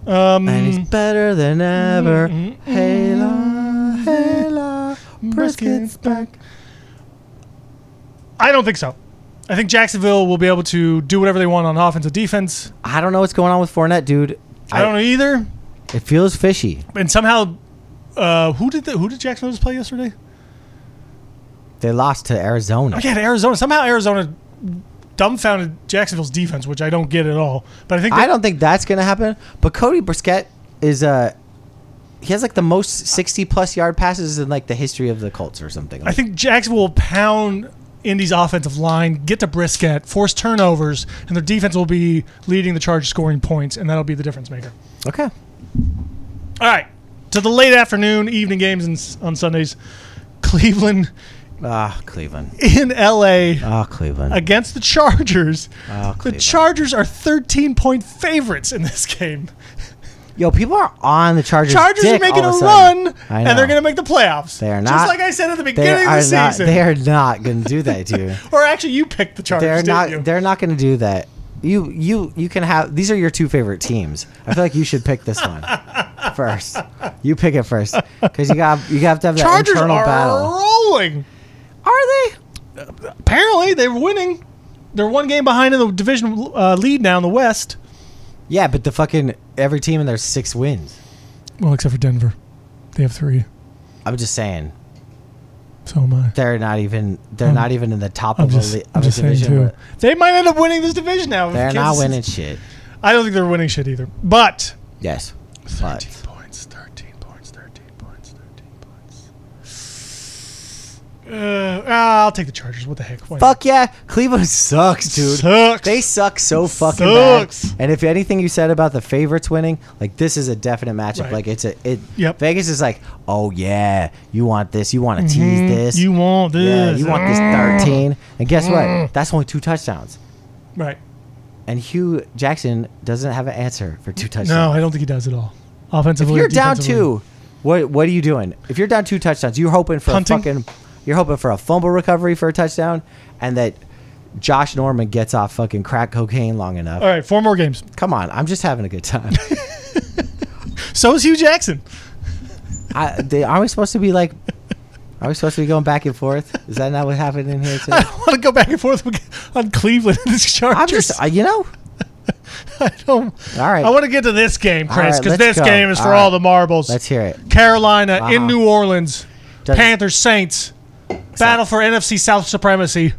A: Um,
B: And he's better than ever. Hey la, hey la, brisket's back.
A: I don't think so. I think Jacksonville will be able to do whatever they want on offense and defense.
B: I don't know what's going on with Fournette, dude.
A: I, don't know either.
B: It feels fishy.
A: And somehow, uh, who did the, who did Jacksonville just play yesterday? Oh,
B: They lost to Arizona.
A: Yeah, Arizona. Somehow Arizona dumbfounded Jacksonville's defense, which I don't get at all. But I think
B: I
A: that-
B: don't think that's gonna happen. But Cody Brisket is Uh, he has like the most sixty-plus yard passes in like the history of the Colts or something.
A: I think Jacksonville will pound Indy's offensive line, get to Brisket, force turnovers, and their defense will be leading the charge scoring points, and that'll be the difference maker.
B: okay.
A: All right, to the late afternoon, evening games and s- on Sundays. Cleveland
B: Ah, Cleveland.
A: in LA
B: Ah, Cleveland.
A: against the Chargers.
B: Ah,
A: the
B: Cleveland.
A: Chargers are 13 point favorites in this game.
B: Yo, people are on the Chargers.
A: Chargers are
B: dick
A: making
B: all
A: a,
B: of sudden.
A: run,
B: I
A: and they're
B: know.
A: going to make the playoffs.
B: They are
A: Just
B: not-
A: like I said at the
B: They
A: beginning
B: are
A: of the
B: not.
A: season.
B: They are not going to do that, dude.
A: or actually, you picked the Chargers.
B: they're
A: didn't
B: not.
A: you?
B: They're not going to do that. You, you, you can have. These are your two favorite teams. I feel like you should pick this one first. You pick it first because you got you have to have that
A: Chargers
B: internal
A: are
B: battle.
A: rolling. Are they? Apparently, they're winning. They're one game behind in the division uh, lead now in the West.
B: Yeah, but the fucking every team in their six wins.
A: Well, except for Denver, they have three.
B: I'm just saying
A: So am I.
B: they're not even. They're not even in the top
A: Hmm. I'm
B: of
A: just,
B: the li-
A: I'm
B: of
A: just
B: the
A: saying
B: division.
A: too.
B: but
A: They might end up winning this division now. if
B: They're
A: Kansas
B: not
A: City-
B: winning shit.
A: I don't think they're winning shit either. But
B: Yes, but
A: thirteen points, thirteen points, thirteen points, thirteen points. Uh, I'll take the Chargers. What the heck? Why
B: fuck yeah, Cleveland sucks, dude.
A: Sucks.
B: They suck so fucking
A: Sucks.
B: bad. And if anything you said about the favorites winning, like this is a definite matchup.
A: Right.
B: Like it's a it.
A: Yep.
B: Vegas is like, oh yeah, you want this, you want to tease this,
A: Mm-hmm. You want this? Mm.
B: yeah, you want this thirteen. And guess what? That's only two touchdowns.
A: Right.
B: And Hugh Jackson doesn't have an answer for two touchdowns.
A: No, I don't think he does at all. Offensively,
B: if you're down
A: defensively.
B: two, what what are you doing? If you're down two touchdowns, you're hoping for
A: Punting?
B: a fucking, you're hoping for a fumble recovery for a touchdown, and that Josh Norman gets off fucking crack cocaine long enough.
A: All right, four more games.
B: Come on, I'm just having a good time.
A: So is Hugh Jackson.
B: I, they, are we supposed to be like? Are we supposed to be going back and forth? Is that not what happened in here
A: I
B: today?
A: don't want to go back and forth with- on Cleveland and the Chargers.
B: I'm just, uh, you know.
A: I don't.
B: All right.
A: I want to get to this game,
B: right,
A: Chris, because this
B: let's go.
A: game is
B: All
A: for
B: right.
A: all the marbles.
B: Let's hear it.
A: Carolina in
B: Uh-huh.
A: New Orleans.
B: Does-
A: Panthers Saints battle for NFC South supremacy.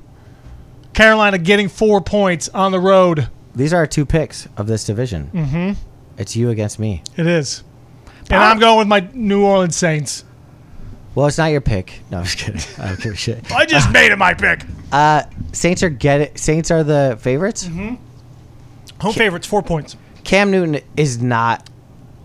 A: Carolina getting four points on the road.
B: These are our two picks of this division. Mm-hmm. It's you against me.
A: It is, and I'm going with my New Orleans Saints.
B: Well, it's not your pick. No, I'm just kidding. I don't give a shit.
A: I just made it my pick.
B: Uh, Saints are get it. Saints are the favorites.
A: Home favorites, four points.
B: Cam Newton is not.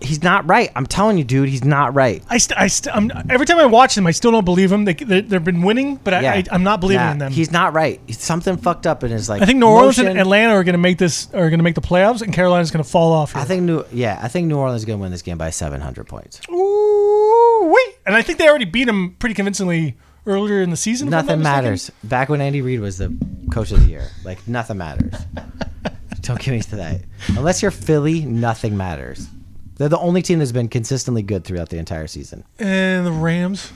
B: He's not right. I'm telling you, dude. He's not right.
A: I, st- I st- I'm, every time I watch them, I still don't believe them. They, they, they've been winning, but I, I, I'm not believing
B: Nah,
A: in them.
B: He's not right. He's something fucked up in his like.
A: I think New Orleans
B: motion.
A: and Atlanta are going to make this are going to make the playoffs, and Carolina's going to fall off. Here.
B: I think New. Yeah, I think New Orleans is gonna win this game by 700 points.
A: Ooh, and I think they already beat him pretty convincingly earlier in the season. if I'm not
B: Nothing
A: mistaken.
B: matters. Back when Andy Reid was the coach of the year, like nothing matters. Don't get me to that. Unless you're Philly, nothing matters. They're the only team that's been consistently good throughout the entire season.
A: And the Rams.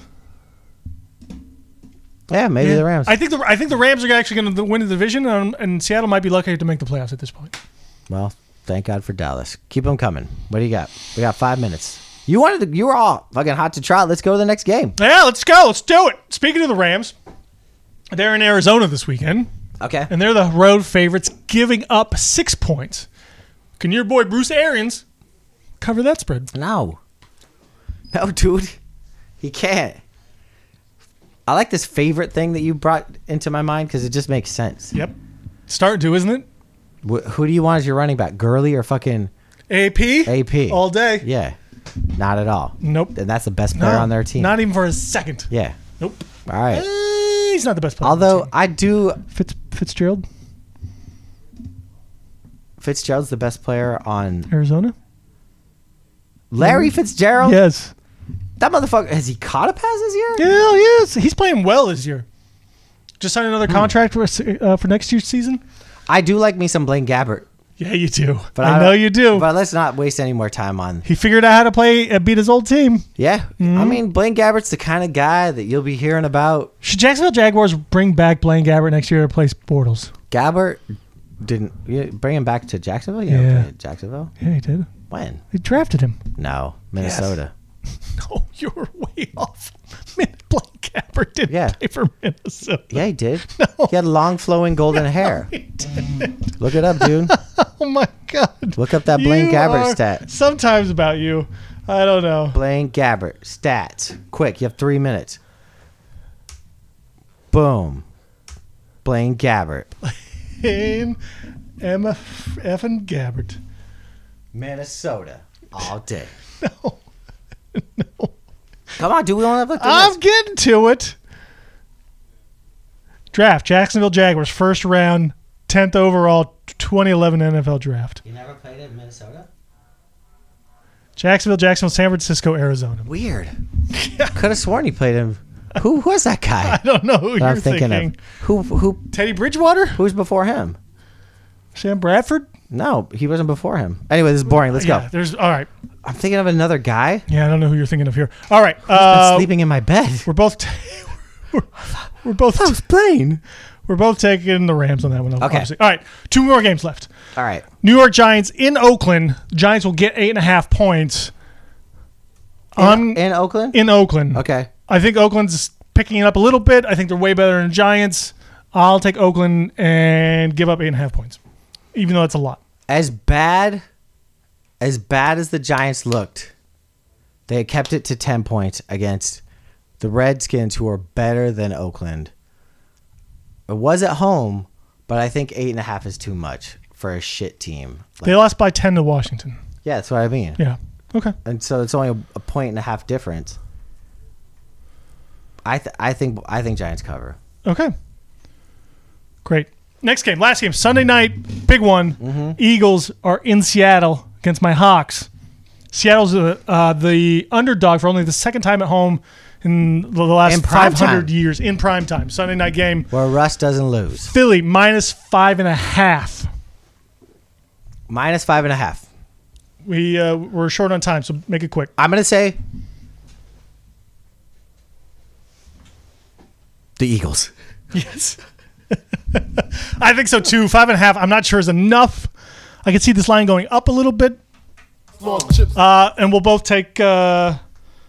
B: Yeah, maybe the Rams.
A: I think the I think the Rams are actually going to win the division, and, and Seattle might be lucky to make the playoffs at this point.
B: well, thank God for Dallas. Keep them coming. What do you got? We got five minutes. You wanted to, you were all fucking hot to try. Let's go to the next game.
A: Yeah, let's go. Let's do it. Speaking of the Rams, they're in Arizona this weekend,
B: Okay.
A: and they're the road favorites, giving up six points. Can your boy Bruce Arians cover that spread?
B: No. No, dude. He can't. I like this favorite thing that you brought into my mind because it just makes sense.
A: Yep. Start to, isn't it?
B: Wh- who do you want as your running back, Gurley or fucking
A: AP.
B: AP?
A: All day.
B: Yeah, not at all.
A: Nope.
B: And that's the best player on their team.
A: Not even for a second.
B: yeah.
A: Nope.
B: All right.
A: Eh, he's not the best player. on the
B: Although
A: team.
B: I do,
A: Fitz, Fitzgerald,
B: Fitzgerald's the best player on
A: Arizona.
B: Larry
A: Mm-hmm.
B: Fitzgerald.
A: Yes.
B: That motherfucker has he caught a pass this year?
A: Yeah, yes. He's playing well this year. Just signed another contract for uh, for next year's season.
B: I do like me some Blaine Gabbert,
A: Yeah, you do.
B: but
A: I, know you do.
B: But let's not waste any more time on.
A: he figured out how to play and beat his old team.
B: Yeah, I
A: Mm-hmm.
B: mean Blaine Gabbert's the kind of guy that you'll be hearing about.
A: Should Jacksonville Jaguars bring back Blaine Gabbert next year to replace Bortles?
B: Gabbert didn't you bring him back to Jacksonville. You don't
A: Yeah.
B: play at Jacksonville.
A: Yeah, he did.
B: When?
A: They drafted him.
B: No, Minnesota.
A: No, you were way off. Man, Blaine Gabbert didn't
B: Yeah.
A: play for Minnesota.
B: Yeah, he did. He had long, flowing golden hair. Look it up, dude.
A: Oh my God.
B: Look up that Blaine
A: You
B: Gabbert
A: are
B: stat.
A: Sometimes about you, I don't know.
B: Blaine Gabbert stats. Quick, you have three minutes. Boom. Blaine Gabbert.
A: Blaine Emma F- effing Gabbert.
B: Minnesota all day.
A: No,
B: Come on, dude. We only have like three
A: I'm
B: minutes.
A: getting to it. Draft Jacksonville Jaguars first round, tenth overall, 2011 NFL Draft.
C: You never played in Minnesota?
A: Jacksonville, Jacksonville, San Francisco, Arizona.
B: Weird. Could have sworn he played him. Who was that guy
A: I don't know who
B: that
A: you're
B: I'm thinking,
A: thinking.
B: of? Who who
A: Teddy Bridgewater,
B: who's before him?
A: Sam Bradford.
B: No, he wasn't before him. Anyway, this is boring. Let's
A: yeah,
B: go.
A: There's all right.
B: I'm thinking of another guy.
A: Yeah, I don't know who you're thinking of here. All right,
B: Been
A: uh,
B: sleeping in my bed.
A: we're both. we're, we're both.
B: That was Blaine.
A: We're both taking the Rams on that one.
B: Okay.
A: Obviously. All right. Two more games left.
B: All right.
A: New York Giants in Oakland. Giants will get eight and a half points. On
B: in Oakland?
A: in Oakland.
B: okay.
A: I think Oakland's picking it up a little bit. I think they're way better than the Giants. I'll take Oakland and give up eight and a half points, even though that's a lot.
B: As bad as bad as the Giants looked, they kept it to 10 points against the Redskins who are better than Oakland. It was at home, but I think eight and a half is too much for a shit team. Like,
A: They lost by ten to Washington.
B: yeah, that's what I mean.
A: Yeah. Okay.
B: And so it's only a, a point and a half difference. I th- I think I think Giants cover.
A: Okay. Great. Next game, last game, Sunday night, big one.
B: Mm-hmm.
A: Eagles are in Seattle against my Hawks. Seattle's the, uh, the underdog for only the second time at home in the
B: In
A: last
B: prime
A: 500
B: time.
A: years in prime time. Sunday night game.
B: Where Russ doesn't lose.
A: Philly minus five and a half.
B: Minus five and a half.
A: We uh, we're short on time, so make it quick.
B: I'm gonna say the Eagles.
A: Yes. I think so too. Five and a half. I'm not sure is enough. I can see this line going up a little bit. Uh, and we'll both take uh,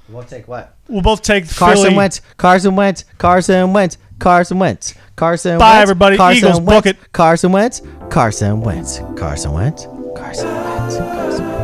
B: We'll take what?
A: we'll both take
B: Carson
A: Philly.
B: Wentz. Carson Wentz. Carson Wentz. Carson Wentz. Carson.
A: Bye,
B: Wentz,
A: everybody.
B: Carson
A: Eagles, book
B: Wentz,
A: it.
B: Carson Wentz. Carson Wentz. Carson Wentz. Carson Wentz. Carson Wentz.